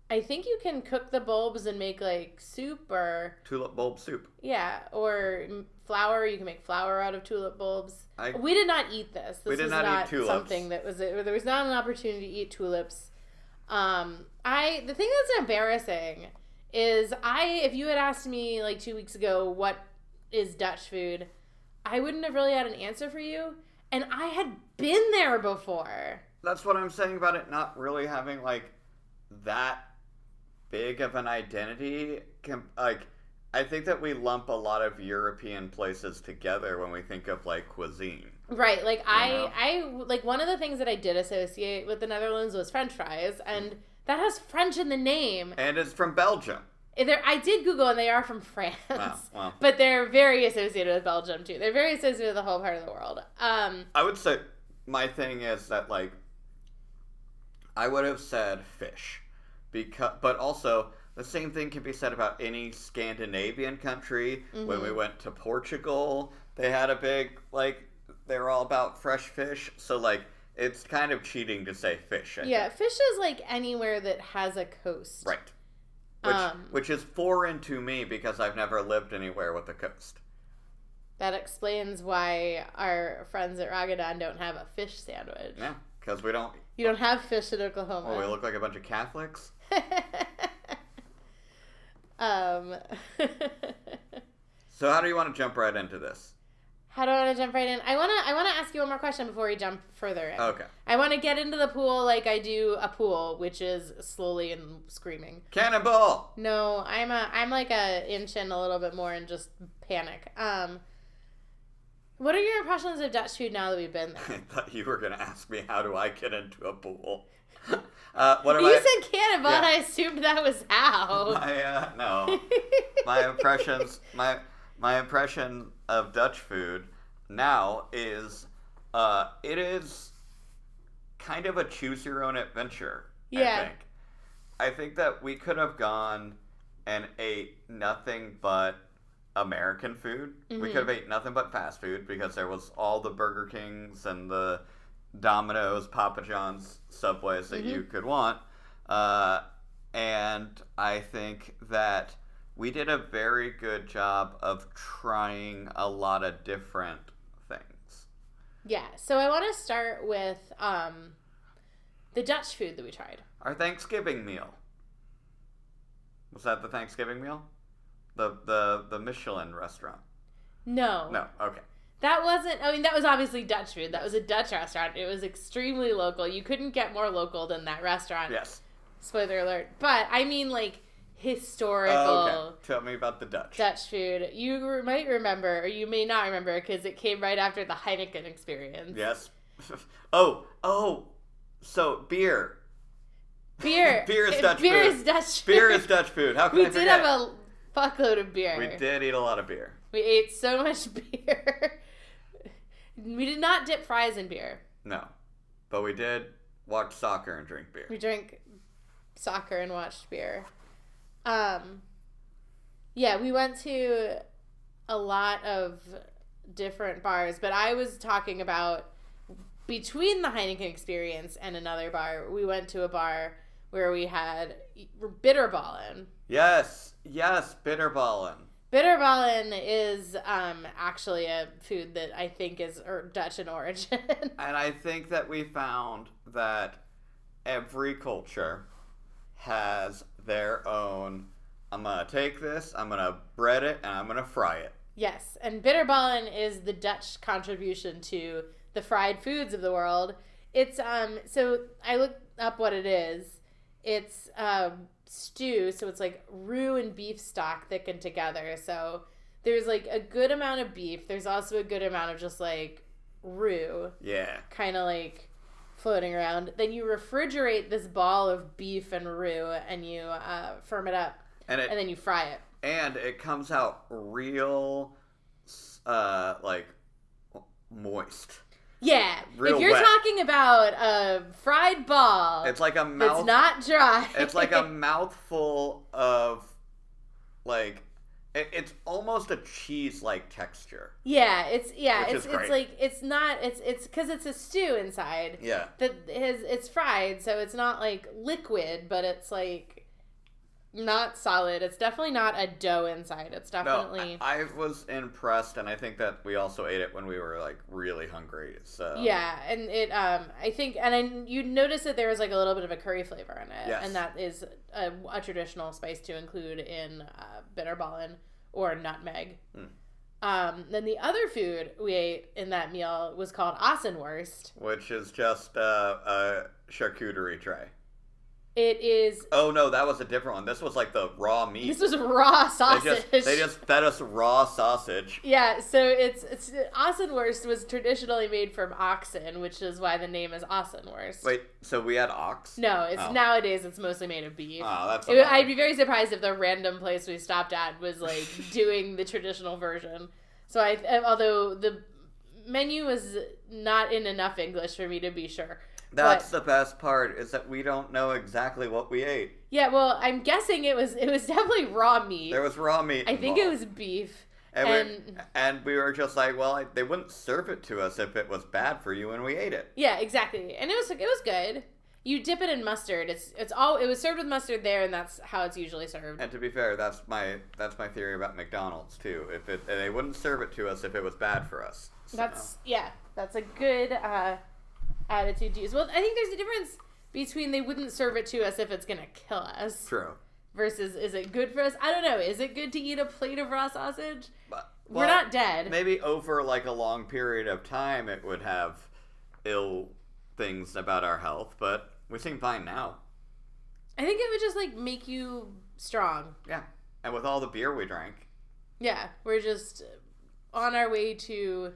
S2: I think you can cook the bulbs and make like soup or
S1: Tulip bulb soup.
S2: Yeah, or m- flour. You can make flour out of tulip bulbs.
S1: I
S2: We did not eat this. This
S1: We did
S2: was
S1: not
S2: not,
S1: eat tulips.
S2: something that was there was not an opportunity to eat tulips. Um, I the thing that's embarrassing is I if you had asked me like two weeks ago what is Dutch food, I wouldn't have really had an answer for you. And I had been there before.
S1: that's what I'm saying about it not really having like that big of an identity. Com- like I think that we lump a lot of European places together when we think of like cuisine.
S2: Right. Like
S1: know?
S2: I, I like one of the things that I did associate with the Netherlands was French fries, and that has French in the name.
S1: And it's from Belgium.
S2: And There, I did Google, and they are from France,
S1: Wow. wow.
S2: but they're very associated with Belgium too. They're very associated with the whole part of the world. Um,
S1: I would say my thing is that like I would have said fish because but also the same thing can be said about any Scandinavian country. When
S2: Mm-hmm.
S1: we went to Portugal, they had a big like they were all about fresh fish. So like it's kind of cheating to say fish. I
S2: yeah, fish is like anywhere that has a coast.
S1: Right. Which,
S2: Um,
S1: which is foreign to me because I've never lived anywhere with a coast.
S2: That explains why our friends at Ragadan don't have a fish sandwich.
S1: Yeah, because we don't.
S2: You don't have fish in Oklahoma.
S1: Oh, we look like a bunch of Catholics.
S2: um,
S1: So how do you want to jump right into this?
S2: how do I want to jump right in? I wanna I wanna ask you one more question before we jump further in.
S1: Okay.
S2: I want to get into the pool like I do a pool, which is slowly and screaming.
S1: Cannibal.
S2: No, I'm a I'm like a inch in a little bit more and just panic. Um, what are your impressions of Dutch food now that we've been there?
S1: I thought you were gonna ask me how do I get into a pool. uh, what am
S2: you
S1: I?
S2: said cannibal, and
S1: Yeah.
S2: I assumed that was how.
S1: my, uh, no, my impressions. My my impression of Dutch food now is uh, it is kind of a choose your own adventure.
S2: Yeah.
S1: I think. I think that we could have gone and ate nothing but American food. We
S2: Mhm.
S1: could have ate nothing but fast food because there was all the Burger Kings and the Domino's, Papa John's, Subways that you could want. Uh, and I think that we did a very good job of trying a lot of different things.
S2: Yeah, so I want to start with um, the Dutch food that we tried.
S1: Our Thanksgiving meal. Was that the Thanksgiving meal? The the the Michelin restaurant.
S2: No,
S1: No, okay.
S2: that wasn't. I mean, that was obviously Dutch food. That was a Dutch restaurant. It was extremely local. You couldn't get more local than that restaurant.
S1: Yes.
S2: Spoiler alert. But I mean, like historical
S1: Oh, okay. Tell me about the Dutch.
S2: Dutch food. You re- might remember, or you may not remember, because it came right after the Heineken experience.
S1: Yes. oh, oh. So beer.
S2: Beer.
S1: Beer is Dutch
S2: Beer
S1: food.
S2: is Dutch.
S1: Beer
S2: food.
S1: is Dutch food. How can
S2: We
S1: I
S2: did
S1: forget?
S2: have a fuckload of beer.
S1: We did eat a lot of beer.
S2: We ate so much beer. We did not dip fries in beer.
S1: No. But we did watch soccer and drink beer.
S2: We drank soccer and watched beer. Um, yeah, we went to a lot of different bars, but I was talking about between the Heineken experience and another bar, we went to a bar where we had Bitterballen.
S1: Yes. Yes, bitterballen.
S2: Bitterballen is um, actually a food that I think is or Dutch in origin.
S1: And I think that we found that every culture has their own. I'm gonna take this, I'm gonna bread it, and I'm gonna fry it.
S2: Yes, and bitterballen is the Dutch contribution to the fried foods of the world. It's um so I looked up what it is. It's um stew, so it's like roux and beef stock thickened together. So there's like a good amount of beef. There's also a good amount of just like roux
S1: Yeah.
S2: kind of like floating around. Then you refrigerate this ball of beef and roux and you uh, firm it up
S1: And
S2: and
S1: it
S2: then you fry it.
S1: and it comes out real s- uh like moist.
S2: Yeah.
S1: Real
S2: if you're
S1: wet.
S2: talking about a fried ball
S1: It's like a
S2: that's
S1: mouth
S2: Oh, not dry.
S1: it's like a mouthful of like it, it's almost a cheese like texture.
S2: Yeah, it's yeah,
S1: Which
S2: it's
S1: is
S2: it's
S1: great.
S2: like it's not it's it's cuz it's a stew inside.
S1: Yeah.
S2: That is it's fried, so it's not like liquid, but it's like not solid. It's definitely not a dough inside. It's
S1: No,
S2: definitely
S1: I, I was impressed, and I think that we also ate it when we were like really hungry. So
S2: Yeah, and it um I think and I you notice that there was like a little bit of a curry flavor in it,
S1: Yes.
S2: and that is a, a traditional spice to include in uh, bitterballen or nutmeg.
S1: Mm.
S2: Um, then the other food we ate in that meal was called Assenwurst.
S1: which is just uh, a charcuterie tray.
S2: It is.
S1: Oh no, that was a different one. This was like the raw meat.
S2: This was raw
S1: they
S2: sausage.
S1: just they just fed us raw sausage.
S2: Yeah, so it's, it's Ossenwurst was traditionally made from oxen, which is why the name is Ossenwurst.
S1: Wait, so we had ox?
S2: No, it's
S1: Oh.
S2: nowadays it's mostly made of beef.
S1: Oh, that's.
S2: It would- I'd be very surprised if the random place we stopped at was like doing the traditional version. So I, uh, although the menu was not in enough English for me to be sure.
S1: That's the best part is that we don't know exactly what we ate.
S2: Yeah, well, I'm guessing it was it was definitely raw meat.
S1: There was raw meat.
S2: I think it
S1: involved.
S2: was beef.
S1: And, we,
S2: and-
S1: and we were just like, well, they wouldn't serve it to us if it was bad for you, and we ate it.
S2: Yeah, exactly. And it was it was good. You dip it in mustard. It's it's all it was served with mustard there, and that's how it's usually served.
S1: And to be fair, that's my that's my theory about McDonald's too. If it, they wouldn't serve it to us if it was bad for us. So-
S2: That's yeah. That's a good uh, attitude to use. Well, I think there's a difference between they wouldn't serve it to us if it's gonna kill us
S1: true.
S2: versus is it good for us? I don't know. Is it good to eat a plate of raw sausage?
S1: But,
S2: We're
S1: well,
S2: not dead.
S1: Maybe over like a long period of time, it would have ill things about our health, but we seem fine now.
S2: I think it would just like make you strong.
S1: Yeah, and with all the beer we drank,
S2: Yeah, we're just on our way to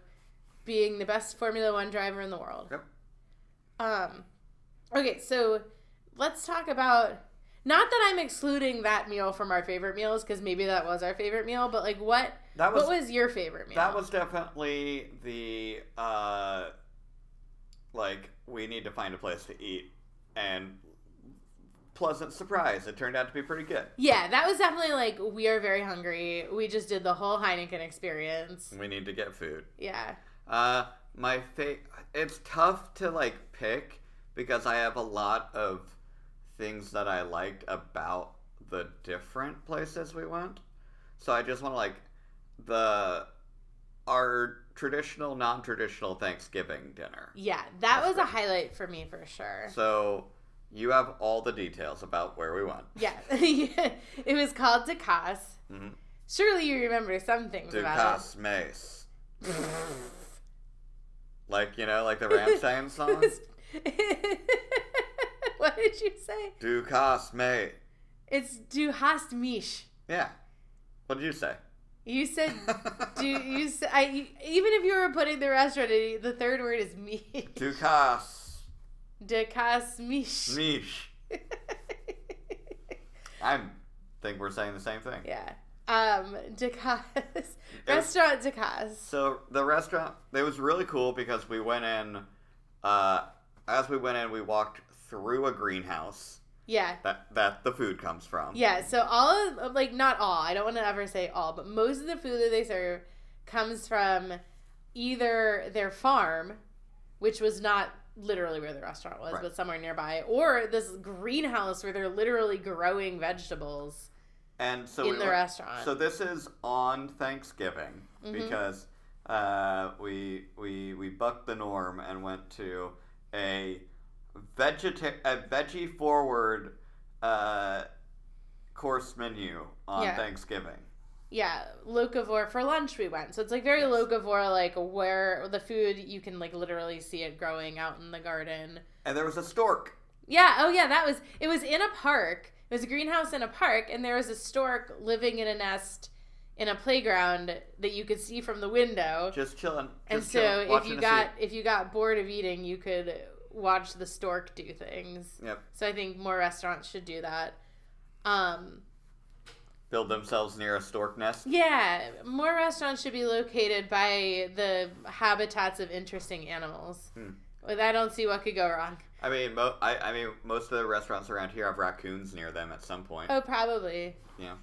S2: being the best Formula One driver in the world.
S1: Yep.
S2: Um, okay, so let's talk about not that I'm excluding that meal from our favorite meals because maybe that was our favorite meal, but like what
S1: that was
S2: what was your favorite meal?
S1: That was definitely the uh like we need to find a place to eat and pleasant surprise. It turned out to be pretty good.
S2: yeah, that was definitely like we are very hungry. We just did the whole Heineken experience.
S1: We need to get food.
S2: Yeah,
S1: Uh my fa- it's tough to like pick because I have a lot of things that I liked about the different places we went. So I just want to like the our traditional non-traditional Thanksgiving dinner.
S2: yeah, that
S1: That's
S2: was a
S1: great.
S2: highlight for me for sure.
S1: So you have all the details about where we went.
S2: yeah, it was called Ducasse.
S1: Mhm.
S2: Surely you remember some things about it.
S1: Dukas Mace. like, you know, like the Ramstein song?
S2: what did you say?
S1: Dukas Mace.
S2: It's Du hast mich.
S1: Yeah. What did you say?
S2: You said do you s- I e, even if you were putting the restaurant in, the third word is me.
S1: Dukas
S2: De casmiche.
S1: Mish. I think we're saying the same thing.
S2: yeah. Um De Cas Restaurant De Cas.
S1: So the restaurant, it was really cool because we went in, uh, as we went in, we walked through a greenhouse
S2: Yeah.
S1: that, that the food comes from.
S2: Yeah, so all of like not all, I don't want to ever say all, but most of the food that they serve comes from either their farm, which was not literally where the restaurant was,
S1: Right.
S2: but somewhere nearby, or this greenhouse where they're literally growing vegetables
S1: And so
S2: in
S1: we
S2: the
S1: went-
S2: restaurant.
S1: So this is on Thanksgiving
S2: Mhm.
S1: because uh, we we we bucked the norm and went to a vegeta- a veggie forward uh, course menu on
S2: Yeah.
S1: Thanksgiving.
S2: Yeah, locavore for lunch we went. So it's like very
S1: Yes.
S2: locavore, like where the food you can like literally see it growing out in the garden.
S1: And there was a stork.
S2: Yeah, oh yeah, that was it was in a park. It was a greenhouse in a park and there was a stork living in a nest in a playground that you could see from the window.
S1: Just chilling.
S2: and
S1: just
S2: so
S1: chilling,
S2: if
S1: watching
S2: you
S1: a
S2: got
S1: sea-
S2: if you got bored of eating, you could watch the stork do things.
S1: Yep.
S2: So I think more restaurants should do that. Um
S1: build themselves near a stork nest.
S2: Yeah, more restaurants should be located by the habitats of interesting animals.
S1: Hmm.
S2: With I don't see what could go wrong.
S1: I mean, mo- I, I mean, most of the restaurants around here have raccoons near them at some point,
S2: Oh, probably.
S1: Yeah.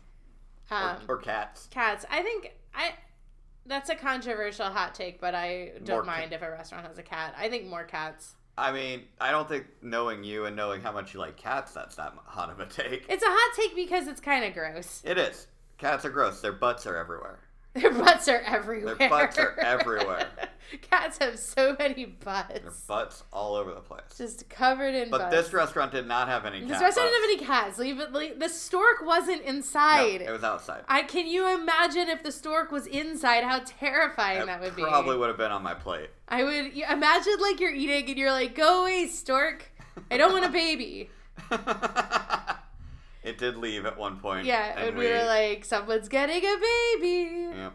S2: Um,
S1: or, or cats.
S2: cats. I think I. That's a controversial hot take, but I don't
S1: More
S2: mind if a restaurant has a cat. I think more cats.
S1: I mean, I don't think knowing you and knowing how much you like cats, that's that hot of a take.
S2: It's a hot take because it's kind of gross.
S1: It is. Cats are gross. Their butts are everywhere.
S2: Their butts are everywhere.
S1: butts are everywhere.
S2: cats have so many butts.
S1: Their butts all over the place.
S2: Just covered in
S1: But
S2: butts.
S1: this restaurant did not have any.
S2: This
S1: cat
S2: restaurant
S1: butts.
S2: didn't have any cats. Leave it. leave- the stork wasn't inside.
S1: No, it was outside.
S2: I can you imagine if the stork was inside? How terrifying
S1: It
S2: that would
S1: probably
S2: be.
S1: would have been on my plate.
S2: I would you- imagine like you're eating and you're like, "Go away, stork! I don't want a baby.
S1: it did leave at one point.
S2: Yeah, and we, were like, someone's getting a baby.
S1: Yep.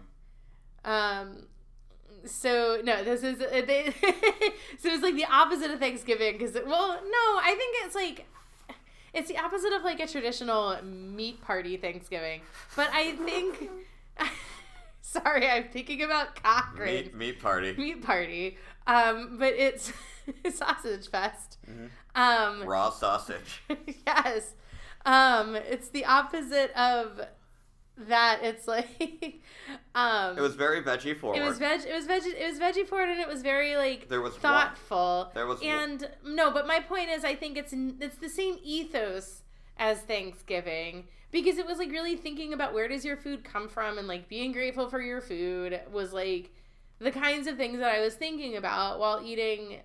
S2: Um, so no, this is uh, they, so it's like the opposite of Thanksgiving because well, no, I think it's like it's the opposite of like a traditional meat party Thanksgiving, but I think. Sorry, I'm thinking about Cochrane
S1: Meat, meat party.
S2: meat party, um, but it's sausage fest. Um,
S1: Raw sausage.
S2: yes. Um, it's the opposite of that. It's like um
S1: It was very veggie forward.
S2: it was veg it was veg it was veggie forward and it was very like
S1: There was one-
S2: thoughtful.
S1: there was one-
S2: and no, but my point is I think it's n- it's the same ethos as Thanksgiving because it was like really thinking about where does your food come from and like being grateful for your food was like the kinds of things that I was thinking about while eating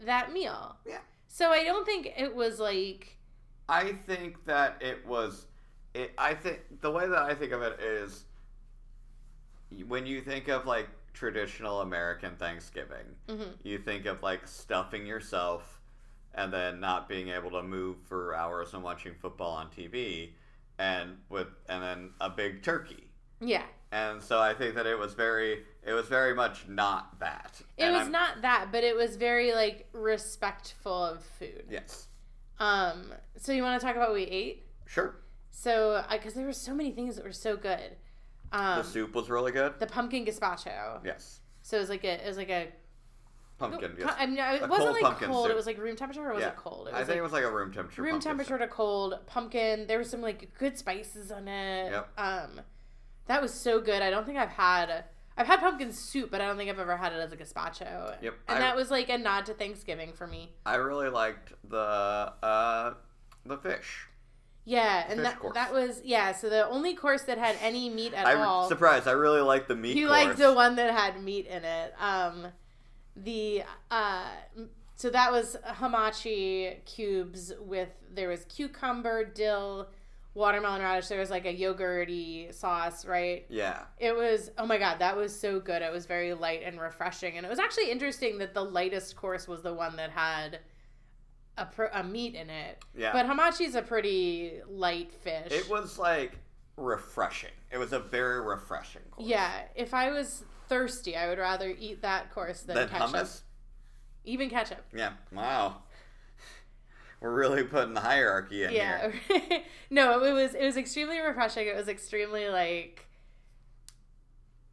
S2: that meal.
S1: Yeah.
S2: So I don't think it was like
S1: I think that it was. It, I think the way that I think of it is when you think of like traditional American Thanksgiving,
S2: Mhm.
S1: you think of like stuffing yourself and then not being able to move for hours and watching football on TV, and with and then a big turkey.
S2: Yeah.
S1: And so I think that it was very, it was very much not that.
S2: It
S1: And
S2: was
S1: I'm-
S2: not that, but it was very like respectful of food.
S1: Yes.
S2: Um so you want to talk about what we ate?
S1: Sure.
S2: So cuz there were so many things that were so good. Um
S1: the soup was really good.
S2: the pumpkin gazpacho.
S1: Yes.
S2: So it was like a it was like a
S1: Pumpkin.
S2: pu-
S1: yes.
S2: I mean, it
S1: A
S2: wasn't
S1: cold
S2: like
S1: pumpkin
S2: cold,
S1: soup.
S2: it was like room temperature or was
S1: Yeah.
S2: it cold? It
S1: I
S2: was
S1: think
S2: like
S1: it was like a room temperature.
S2: room
S1: pumpkin
S2: temperature
S1: soup.
S2: to cold pumpkin. There was some like good spices on it.
S1: Yep.
S2: Um that was so good. I don't think I've had I've had pumpkin soup, but I don't think I've ever had it as a gazpacho.
S1: Yep, I-
S2: And that was like a nod to Thanksgiving for me.
S1: I really liked the uh, the fish.
S2: Yeah, and
S1: Fish
S2: that,
S1: course.
S2: that was yeah. So the only course that had any meat at
S1: I'm
S2: all,
S1: surprised. I really liked the meat.
S2: he
S1: course.
S2: liked the one that had meat in it. Um, the uh, m- so that was hamachi cubes with there was cucumber, dill, watermelon radish. There was like a yogurty sauce, right?
S1: Yeah,
S2: It was oh my god, that was so good. It was very light and refreshing, and it was actually interesting that the lightest course was the one that had a pro- a meat in it.
S1: yeah.
S2: But hamachi is a pretty light fish.
S1: it was like refreshing. It was a very refreshing course.
S2: Yeah, if I was thirsty, I would rather eat that course than,
S1: Then
S2: ketchup.
S1: hummus.
S2: Even ketchup.
S1: Yeah. Wow. We're really putting the hierarchy in
S2: Yeah.
S1: here.
S2: no, it was it was extremely refreshing. It was extremely like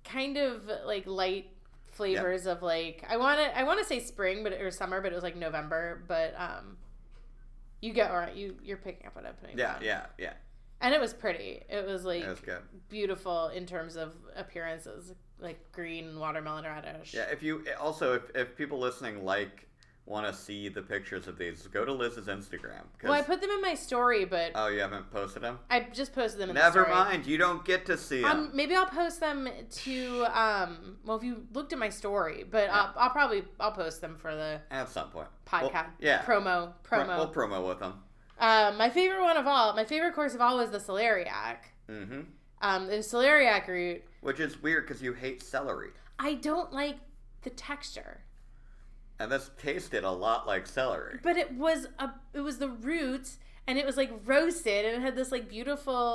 S2: kind of like light flavors of like I want to I want to say spring, but or summer, but it was like November, but um you get all right. You you're picking up what I'm putting
S1: Yeah,
S2: down.
S1: yeah, yeah.
S2: And it was pretty. It was like
S1: It was good.
S2: beautiful in terms of appearances, like green watermelon radish.
S1: Yeah. If you also if, if people listening like want to see the pictures of these, go to Liz's Instagram. 'cause-
S2: Well, I put them in my story, but
S1: oh, you haven't posted them.
S2: I just posted them. in the
S1: Never
S2: story.
S1: mind. You don't get to see them.
S2: Um, maybe I'll post them to um. Well, if you looked at my story, but I'll, I'll probably I'll post them for the
S1: At some point.
S2: podcast.
S1: Well, yeah.
S2: Promo.
S1: Pro-
S2: Promo.
S1: We'll promo with them.
S2: um, my favorite one of all, my favorite course of all was the celeriac.
S1: hmm
S2: Um, the celeriac root.
S1: Which is weird because you hate celery.
S2: I don't like the texture,
S1: And this tasted a lot like celery.
S2: but it was a it was the root, and it was like roasted, and it had this like beautiful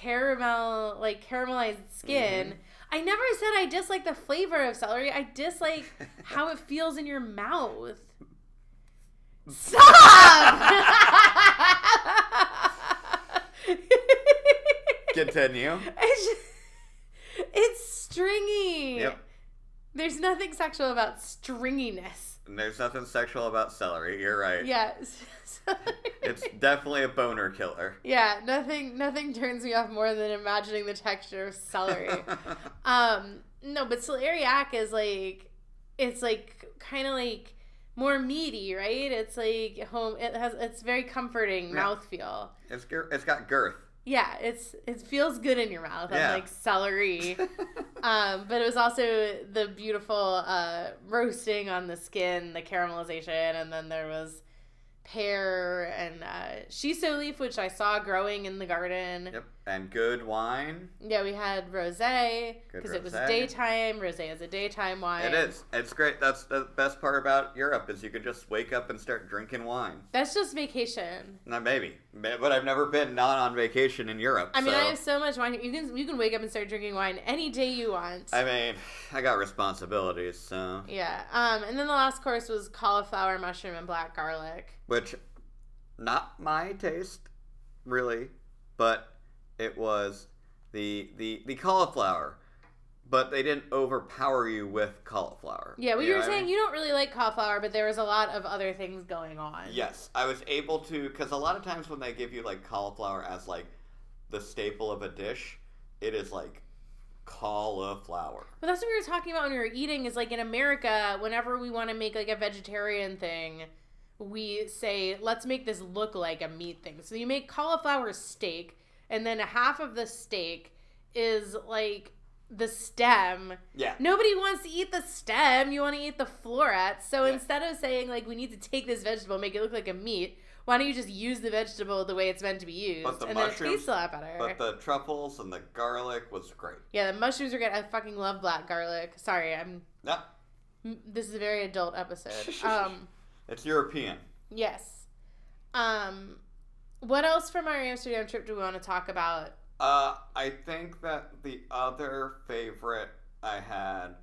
S2: caramel like caramelized skin.
S1: Mm-hmm.
S2: I never said I dislike the flavor of celery. I dislike how it feels in your mouth. Stop!
S1: Continue.
S2: It's, just- it's stringy.
S1: Yep.
S2: There's nothing sexual about stringiness.
S1: And there's nothing sexual about celery. You're right.
S2: Yes.
S1: It's definitely a boner killer.
S2: yeah, nothing nothing turns me off more than imagining the texture of celery. Um, no, but celeriac is like it's like kind of like more meaty, right? It's like home. It has it's very comforting
S1: Yeah.
S2: mouthfeel.
S1: it's, gir- it's got girth.
S2: Yeah, it's it feels good in your mouth.
S1: Yeah.
S2: Unlike celery, um, but it was also the beautiful uh, roasting on the skin, the caramelization, and then there was pear and uh, shiso leaf, which I saw growing in the garden.
S1: Yep. and good wine.
S2: Yeah, we had rosé
S1: Good
S2: because it was
S1: rosé.
S2: daytime. Rosé is a daytime wine.
S1: It is. It's great. That's the best part about Europe is you can just wake up and start drinking wine.
S2: That's just vacation.
S1: Not maybe, Ma- but I've never been not on vacation in Europe.
S2: I mean,
S1: so-
S2: I have so much wine. You can you can wake up and start drinking wine any day you want.
S1: I mean, I got responsibilities, so
S2: yeah. Um, and then the last course was cauliflower mushroom and black garlic.
S1: which not my taste really, but it was the the the cauliflower. But they didn't overpower you with cauliflower.
S2: Yeah, well, you,
S1: know
S2: were
S1: what I
S2: saying
S1: mean?
S2: you don't really like cauliflower, but there was a lot of other things going on.
S1: Yes, I was able to because a lot of times when they give you like cauliflower as like the staple of a dish, it is like cauliflower.
S2: But that's what we were talking about when we were eating is like in America, whenever we want to make like a vegetarian thing, we say, let's make this look like a meat thing. So you make cauliflower steak, and then half of the steak is like the stem.
S1: Yeah,
S2: Nobody wants to eat the stem. You want to eat the florets. So
S1: Yeah.
S2: instead of saying like we need to take this vegetable, make it look like a meat, why don't you just use the vegetable the way it's meant to be used,
S1: But the
S2: and then it
S1: mushrooms-
S2: tastes a lot better.
S1: but the truffles and the garlic was great.
S2: yeah, the mushrooms are good. I fucking love black garlic. Sorry, I'm
S1: Yep,
S2: M- this is a very adult episode. Um,
S1: it's European.
S2: yes. Um, what else from our Amsterdam trip do we want to talk about?
S1: Uh, I think that the other favorite I had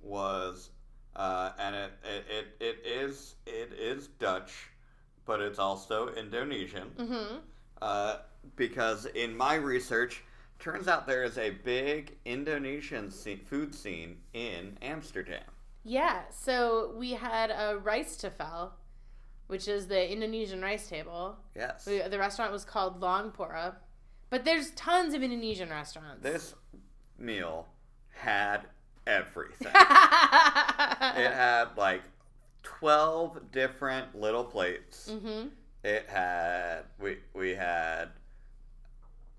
S1: was, uh, and it, it, it, it is it is Dutch, but it's also Indonesian.
S2: Mm-hmm.
S1: Uh, because in my research, turns out there is a big Indonesian scene, food scene in Amsterdam.
S2: Yeah. So we had a rice tafel, which is the Indonesian rice table.
S1: Yes.
S2: We, the restaurant was called Long Pora, but there's tons of Indonesian restaurants.
S1: This meal had everything. it
S2: mm-hmm.
S1: had like 12 different little plates.
S2: Mm-hmm.
S1: It had we we had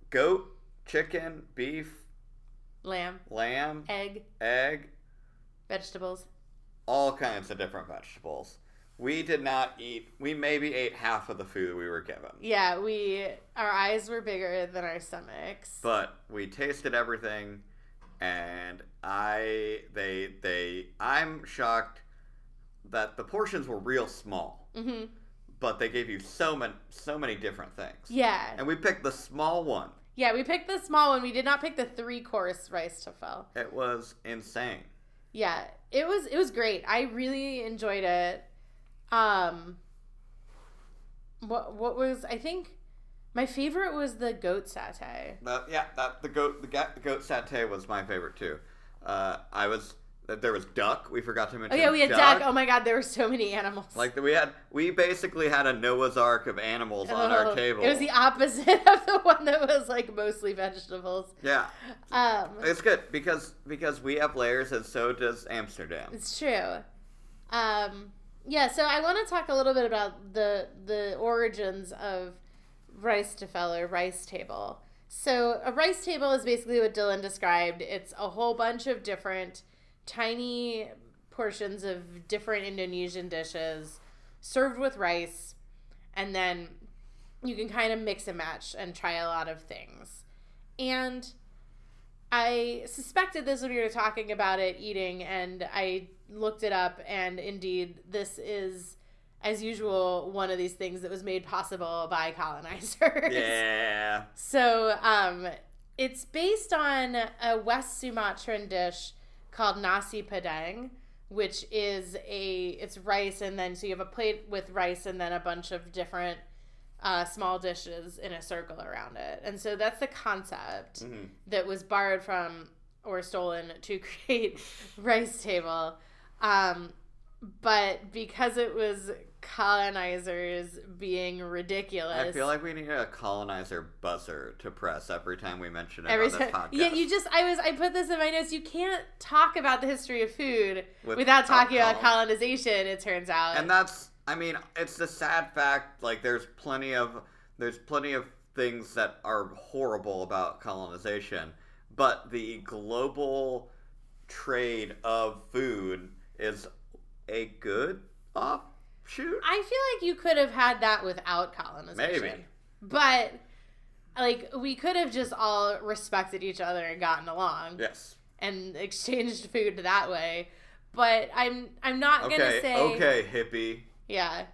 S1: goat, chicken, beef,
S2: Lamb,
S1: lamb,
S2: egg,
S1: egg,
S2: vegetables.
S1: all kinds of different vegetables. We did not eat. We maybe ate half of the food we were given,
S2: Yeah, we our eyes were bigger than our stomachs.
S1: but we tasted everything, and I they they I'm shocked that the portions were real small,
S2: mm-hmm.
S1: but they gave you so many so many different things.
S2: Yeah.
S1: And we picked the small one.
S2: Yeah, we picked the small one. We did not pick the three course rice tafel.
S1: It was insane.
S2: Yeah, it was it was great. I really enjoyed it. Um, what what was I think my favorite was the goat satay.
S1: That, yeah, that the goat the, ga- the goat satay was my favorite too. Uh, I was there was duck. We forgot to
S2: Oh
S1: mention.
S2: yeah, we had duck. Oh my god, there were so many animals.
S1: Like we had, we basically had a Noah's Ark of animals on
S2: Oh,
S1: our table.
S2: It was the opposite of the one that was like mostly vegetables.
S1: yeah,
S2: Um,
S1: it's good because because we have layers and so does Amsterdam.
S2: It's true. Um, yeah, so I want to talk a little bit about the the origins of rice tafel or rice table. So a rice table is basically what Dylan described. It's a whole bunch of different tiny portions of different Indonesian dishes served with rice, and then you can kind of mix and match and try a lot of things. And I suspected this when we were talking about it eating, and I looked it up, and indeed, this is, as usual, one of these things that was made possible by colonizers.
S1: Yeah,
S2: So um, it's based on a West Sumatran dish called nasi padang, which is a it's rice and then so you have a plate with rice and then a bunch of different uh, small dishes in a circle around it, and so that's the concept
S1: Mhm.
S2: that was borrowed from or stolen to create rice table. Um, but because it was colonizers being ridiculous,
S1: I feel like we need a colonizer buzzer to press every time we mention it
S2: Every
S1: on this
S2: time-
S1: podcast.
S2: yeah, you just I was I put this in my notes. You can't talk about the history of food
S1: With
S2: without talking about
S1: alcohol.
S2: colonization. It turns out.
S1: And that's, I mean, it's the sad fact. Like, there's plenty of there's plenty of things that are horrible about colonization, but the global trade of food is a good offshoot.
S2: I feel like you could have had that without colonization.
S1: Maybe.
S2: but like we could have just all respected each other and gotten along
S1: Yes.
S2: and exchanged food that way. But I'm I'm not gonna
S1: Okay.
S2: say
S1: Okay, hippie.
S2: yeah.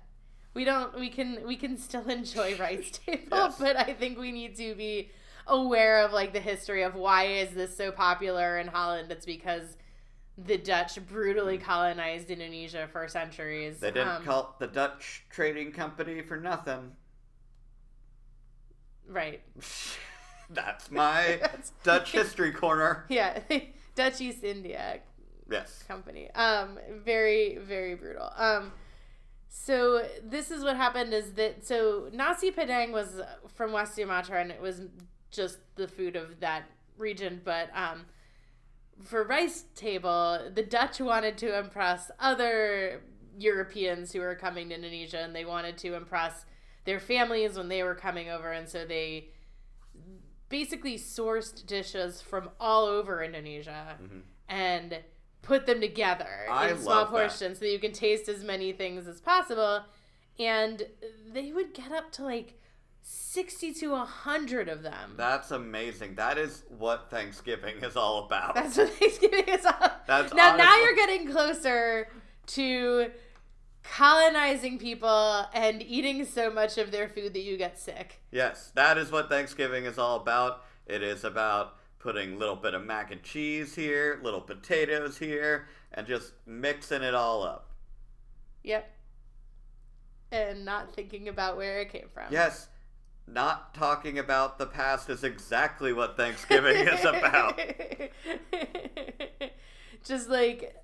S2: We don't we can we can still enjoy rice table,
S1: Yes.
S2: but I think we need to be aware of like the history of why is this so popular in Holland? It's because the Dutch brutally colonized Indonesia for centuries.
S1: Mm. They didn't
S2: Um,
S1: call it the Dutch Trading Company for nothing.
S2: right.
S1: That's my
S2: That's-
S1: Dutch history corner.
S2: Yeah, Dutch East India
S1: Yes.
S2: company. Um, very, very brutal. Um, so this is what happened is that so Nasi Padang was from West Sumatra and it was just the food of that region, but um, for rice table, the Dutch wanted to impress other Europeans who were coming to Indonesia, and they wanted to impress their families when they were coming over, and so they basically sourced dishes from all over Indonesia
S1: Mhm.
S2: and put them together
S1: I
S2: in small
S1: love that.
S2: portions so that you can taste as many things as possible. And they would get up to like sixty to hundred of them.
S1: That's amazing. That is what Thanksgiving is all about.
S2: That's what Thanksgiving is all.
S1: That's
S2: now, now
S1: honestly-
S2: you're getting closer to colonizing people and eating so much of their food that you get sick.
S1: Yes, that is what Thanksgiving is all about. It is about putting a little bit of mac and cheese here, little potatoes here, and just mixing it all up.
S2: Yep. And not thinking about where it came from.
S1: Yes, not talking about the past is exactly what Thanksgiving is
S2: Um,
S1: about.
S2: Just like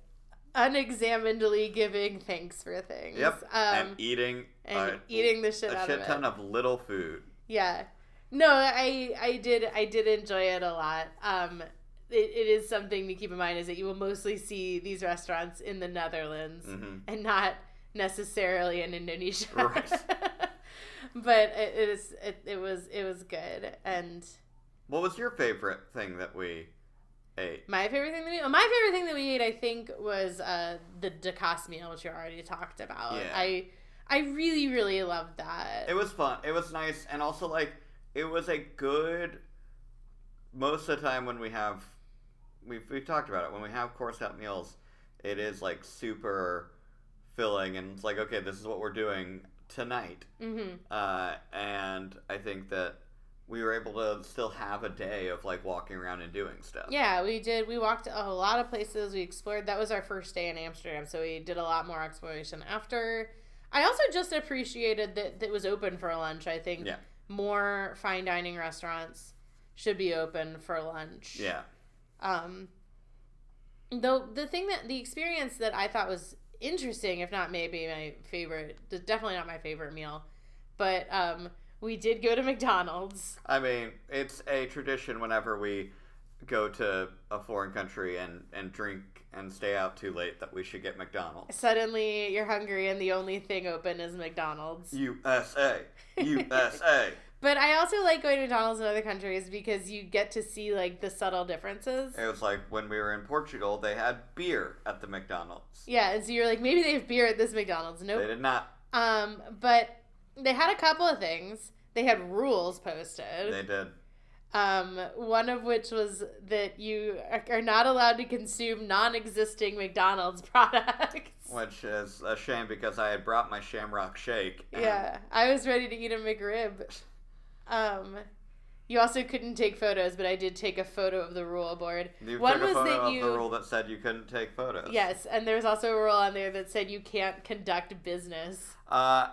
S2: unexaminedly giving thanks for things.
S1: Yep,
S2: Um,
S1: and eating
S2: and
S1: a,
S2: eating the shit
S1: a
S2: out
S1: shit
S2: of it.
S1: ton of little food.
S2: Yeah. No, I I did I did enjoy it a lot. Um it, it is something to keep in mind is that you will mostly see these restaurants in the Netherlands
S1: hmm
S2: and not necessarily in Indonesia.
S1: Right.
S2: but it, it is it, it was it was good and
S1: What was your favorite thing that we ate?
S2: my favorite thing that we my favorite thing that we ate I think was uh the Dacos meal which you already talked about.
S1: Yeah.
S2: I I really really loved that.
S1: It was fun. It was nice, and also like it was a good. Most of the time, when we have, we've we've talked about it. When we have course out meals, it is like super filling, and it's like okay, this is what we're doing tonight.
S2: mm-hmm.
S1: Uh, and I think that we were able to still have a day of like walking around and doing stuff.
S2: Yeah, we did. We walked a lot of places. We explored. That was our first day in Amsterdam, so we did a lot more exploration after. I also just appreciated that that was open for lunch. I think
S1: Yeah.
S2: more fine dining restaurants should be open for lunch.
S1: Yeah.
S2: Um, though the thing that the experience that I thought was interesting, if not maybe my favorite, definitely not my favorite meal, but um, we did go to McDonald's.
S1: I mean, it's a tradition whenever we go to a foreign country and, and drink and stay out too late that we should get McDonald's.
S2: Suddenly, you're hungry, and the only thing open is McDonald's.
S1: USA. USA.
S2: But I also like going to McDonald's in other countries because you get to see like the subtle differences.
S1: it was like when we were in Portugal, they had beer at the McDonald's.
S2: Yeah, and so you're like, maybe they have beer at this McDonald's.
S1: They
S2: Nope.
S1: did not.
S2: Um, but they had a couple of things. They had rules
S1: They
S2: posted.
S1: did.
S2: Um, one of which was that you are- are not allowed to consume non-existing McDonald's products.
S1: Which is a shame because I had brought my shamrock shake. and-
S2: Yeah, I was ready to eat a McRib. Um, you also couldn't take photos, but I did take a photo of the rule board.
S1: You
S2: One
S1: took a
S2: was
S1: photo
S2: that
S1: of
S2: you-
S1: the rule that said you couldn't take photos.
S2: Yes, and there's also a rule on there that said you can't conduct business.
S1: Uh,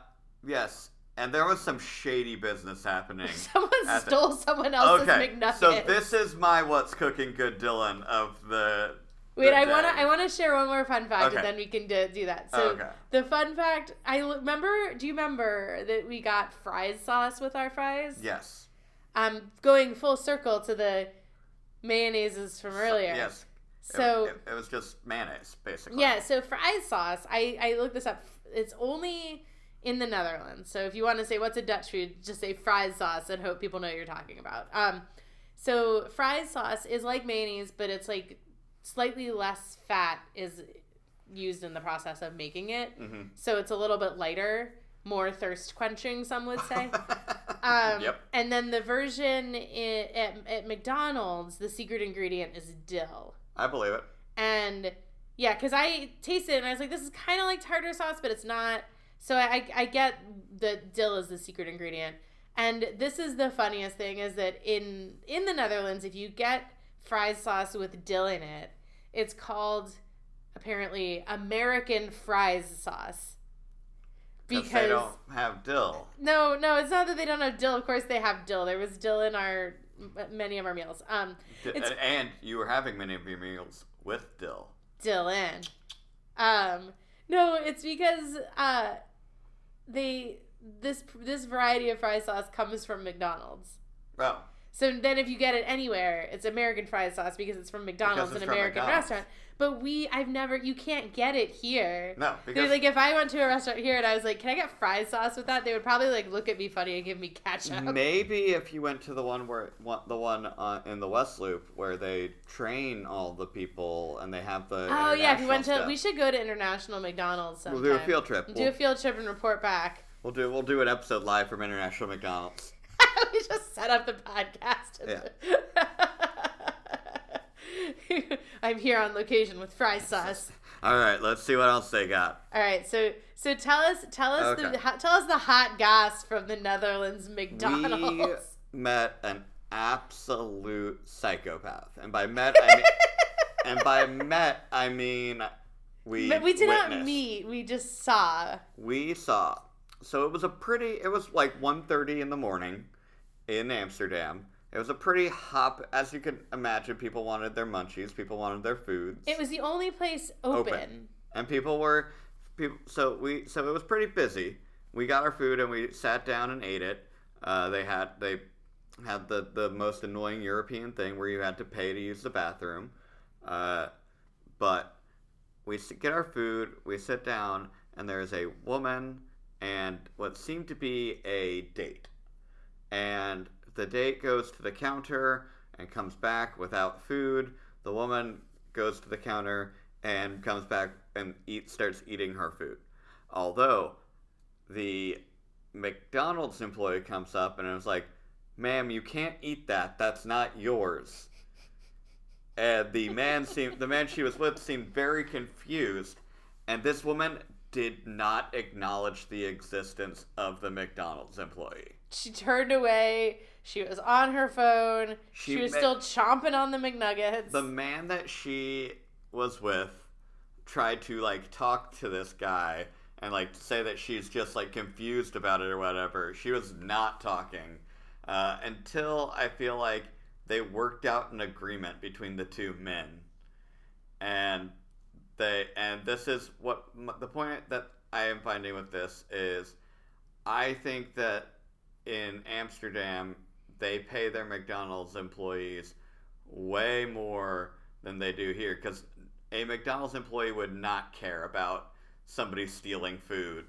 S1: yes. And there was some shady business happening.
S2: Someone
S1: At the-
S2: stole someone else's McNugget.
S1: so this is my what's cooking good Dylan of the.
S2: Wait,
S1: the
S2: I want
S1: day.
S2: to I want to share one more fun fact,
S1: Okay.
S2: and then we can do, do that. So
S1: Okay.
S2: the fun fact, I l- remember. Do you remember that we got fries sauce with our fries?
S1: Yes.
S2: Um, going full circle to the mayonnaises from earlier.
S1: Yes. It-
S2: So
S1: it, it was just mayonnaise, basically.
S2: yeah, so fries sauce. I I looked this up. It's only in the Netherlands. So if you want to say what's a Dutch food, just say fries sauce and hope people know what you're talking about. Um, so fries sauce is like mayonnaise, but it's like slightly less fat is used in the process of making it.
S1: Mhm.
S2: So it's a little bit lighter, more thirst quenching, some would say. Um,
S1: Yep.
S2: And then the version i at, at McDonald's, the secret ingredient is dill.
S1: I believe it.
S2: And yeah, because I tasted it and I was like, this is kind of like tartar sauce, but it's not. So I, I get that dill is the secret ingredient. And this is the funniest thing is that in in the Netherlands, if you get fries sauce with dill in it, it's called apparently American fries sauce.
S1: Because they don't have dill.
S2: No, no, it's not that they don't have dill. Of course, they have dill. There was dill in our many of our meals. Um,
S1: D-
S2: It's-
S1: and you were having many of your meals with dill.
S2: dill in. Um, no, it's because uh, they this this variety of fry sauce comes from McDonald's.
S1: Oh,
S2: So then, if you get it anywhere, it's American fry sauce because it's from McDonald's,
S1: it's
S2: an
S1: from
S2: American
S1: McDonald's.
S2: restaurant. But we, I've never, you can't get it here.
S1: no,
S2: They're
S1: because
S2: like, if I went to a restaurant here and I was like, "Can I get fry sauce with that?" They would probably like look at me funny and give me ketchup.
S1: maybe if you went to the one where one- the one uh, in the West Loop where they train all the people and they have the
S2: Oh yeah, if you
S1: international
S2: went to,
S1: stuff.
S2: we should go to international McDonald's sometime.
S1: we'll do a field trip.
S2: Do
S1: We'll,
S2: a field trip and report back.
S1: we'll do we'll do an episode live from International McDonald's.
S2: we just set up the podcast. and- I'm here on location with fry sauce.
S1: All right, let's see what else they got.
S2: All right, so so tell us tell us the
S1: Okay.
S2: the tell us the hot gas from the Netherlands McDonald's.
S1: We met an absolute psychopath, and by met I mean, and by met I mean we
S2: but we did not
S1: witnessed.
S2: meet. We just saw.
S1: we saw so it was a pretty it was like 1.30 in the morning in amsterdam it was a pretty hop as you can imagine people wanted their munchies people wanted their foods
S2: It was the only place open.
S1: and people were people so we so it was pretty busy we got our food and we sat down and ate it uh, they had they had the the most annoying european thing where you had to pay to use the bathroom uh, but we s- get our food we sit down and there is a woman and what seemed to be a date and the date goes to the counter and comes back without food. The woman goes to the counter and comes back and eat, starts eating her food. Although the McDonald's employee comes up and is like, "Ma'am, you can't eat that. That's not yours." And the man seemed the man she was with seemed very confused, and this woman did not acknowledge the existence of the McDonald's employee.
S2: She turned away. She was on her phone. She,
S1: She
S2: was
S1: ma-
S2: still chomping on the McNuggets.
S1: the man that she was with tried to like talk to this guy and like say that she's just like confused about it or whatever. She was not talking uh, until I feel like they worked out an agreement between the two men, and they and this is what m- the point that I am finding with this is, I think that in Amsterdam they pay their McDonald's employees way more than they do here because a McDonald's employee would not care about somebody stealing food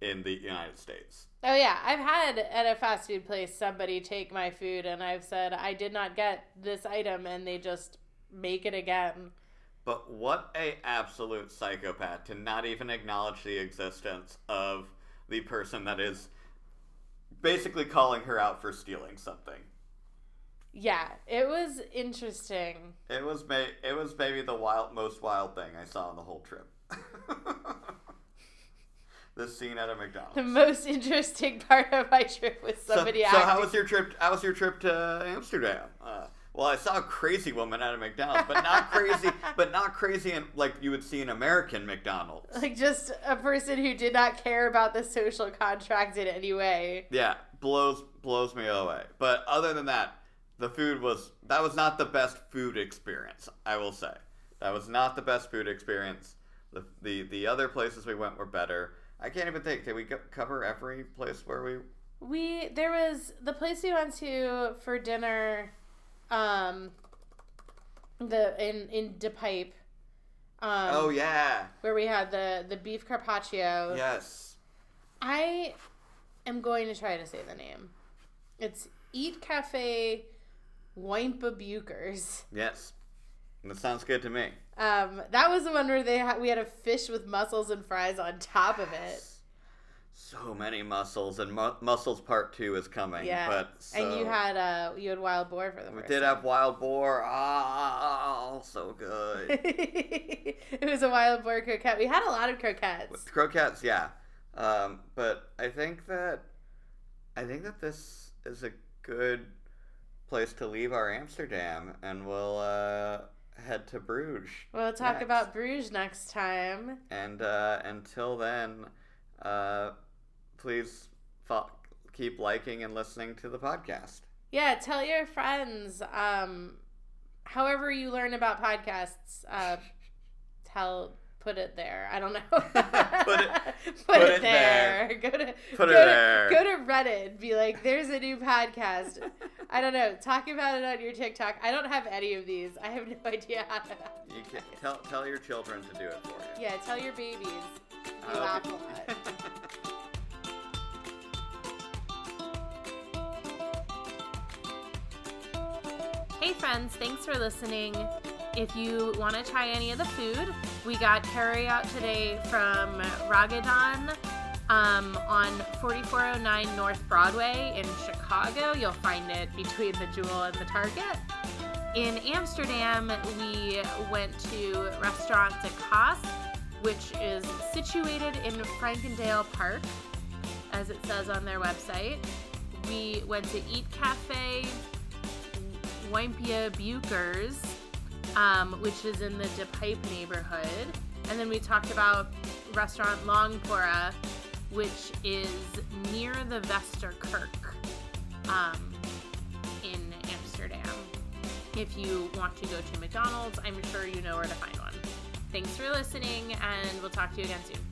S1: in the United States.
S2: Oh yeah, I've had at a fast food place somebody take my food and I've said I did not get this item and they just make it again.
S1: But what a absolute psychopath to not even acknowledge the existence of the person that is basically calling her out for stealing something.
S2: Yeah, it was interesting.
S1: It was may it was maybe the wild most wild thing I saw on the whole trip. the scene at a McDonald's.
S2: The most interesting part of my trip was
S1: So-
S2: somebody
S1: so,
S2: acting.
S1: how was your trip? How was your trip to Amsterdam? Uh, well, I saw a crazy woman at a McDonald's, but not crazy, but not crazy, in, like you would see an American McDonald's.
S2: like just a person who did not care about the social contract in any way.
S1: Yeah, blows blows me away. But other than that, the food was that was not the best food experience. I will say that was not the best food experience. The the, the other places we went were better. I can't even think. Did we go, cover every place where we?
S2: We there was the place we went to for dinner, um, the in in De Pipe. Um,
S1: Oh yeah,
S2: where we had the the beef carpaccio.
S1: yes.
S2: I am going to try to say the name. It's Eat Cafe Wimpa Bukers.
S1: Yes. That sounds good to me.
S2: Um, that was the one where they ha- we had a fish with mussels and fries on top of it.
S1: so many mussels, and mu- mussels part two is coming.
S2: Yeah.
S1: but so,
S2: And you had uh you had wild boar for the
S1: we
S2: first
S1: did
S2: time.
S1: have wild boar. Oh, so good.
S2: it was a wild boar croquette. We had a lot of croquettes.
S1: With croquettes, yeah. Um, but I think that I think that this is a good place to leave our Amsterdam, and we'll uh, head to Bruges.
S2: We'll talk
S1: next.
S2: about Bruges next time.
S1: And uh, until then, uh, please fo- keep liking and listening to the podcast.
S2: Yeah, tell your friends. Um, however you learn about podcasts, uh, tell put it there. I don't know. put
S1: it-
S2: put,
S1: put
S2: it,
S1: it
S2: there. Go to
S1: Put
S2: go
S1: it
S2: to-
S1: there.
S2: Go to Reddit. Be like, there's a new podcast. I don't know. Talk about it on your TikTok. I don't have any of these. I have no idea how to.
S1: You can tell tell your children to do it for you.
S2: Yeah, tell your babies. You
S1: I hope
S2: laugh a
S1: you-
S2: lot. Hey, friends, thanks for listening. If you want to try any of the food, we got carry out today from Ragadan um, on 4409 North Broadway in Chicago. You'll find it between the Jewel and the Target. In Amsterdam, we went to Restaurant de Kast, which is situated in Frankendale Park, as it says on their website. We went to Eat Cafe, Wimpia Bukers, um, which is in the De Pipe neighborhood. And then we talked about restaurant Longpora, which is near the Vesterkirk um, in Amsterdam. If you want to go to McDonald's, I'm sure you know where to find one. Thanks for listening, and we'll talk to you again soon.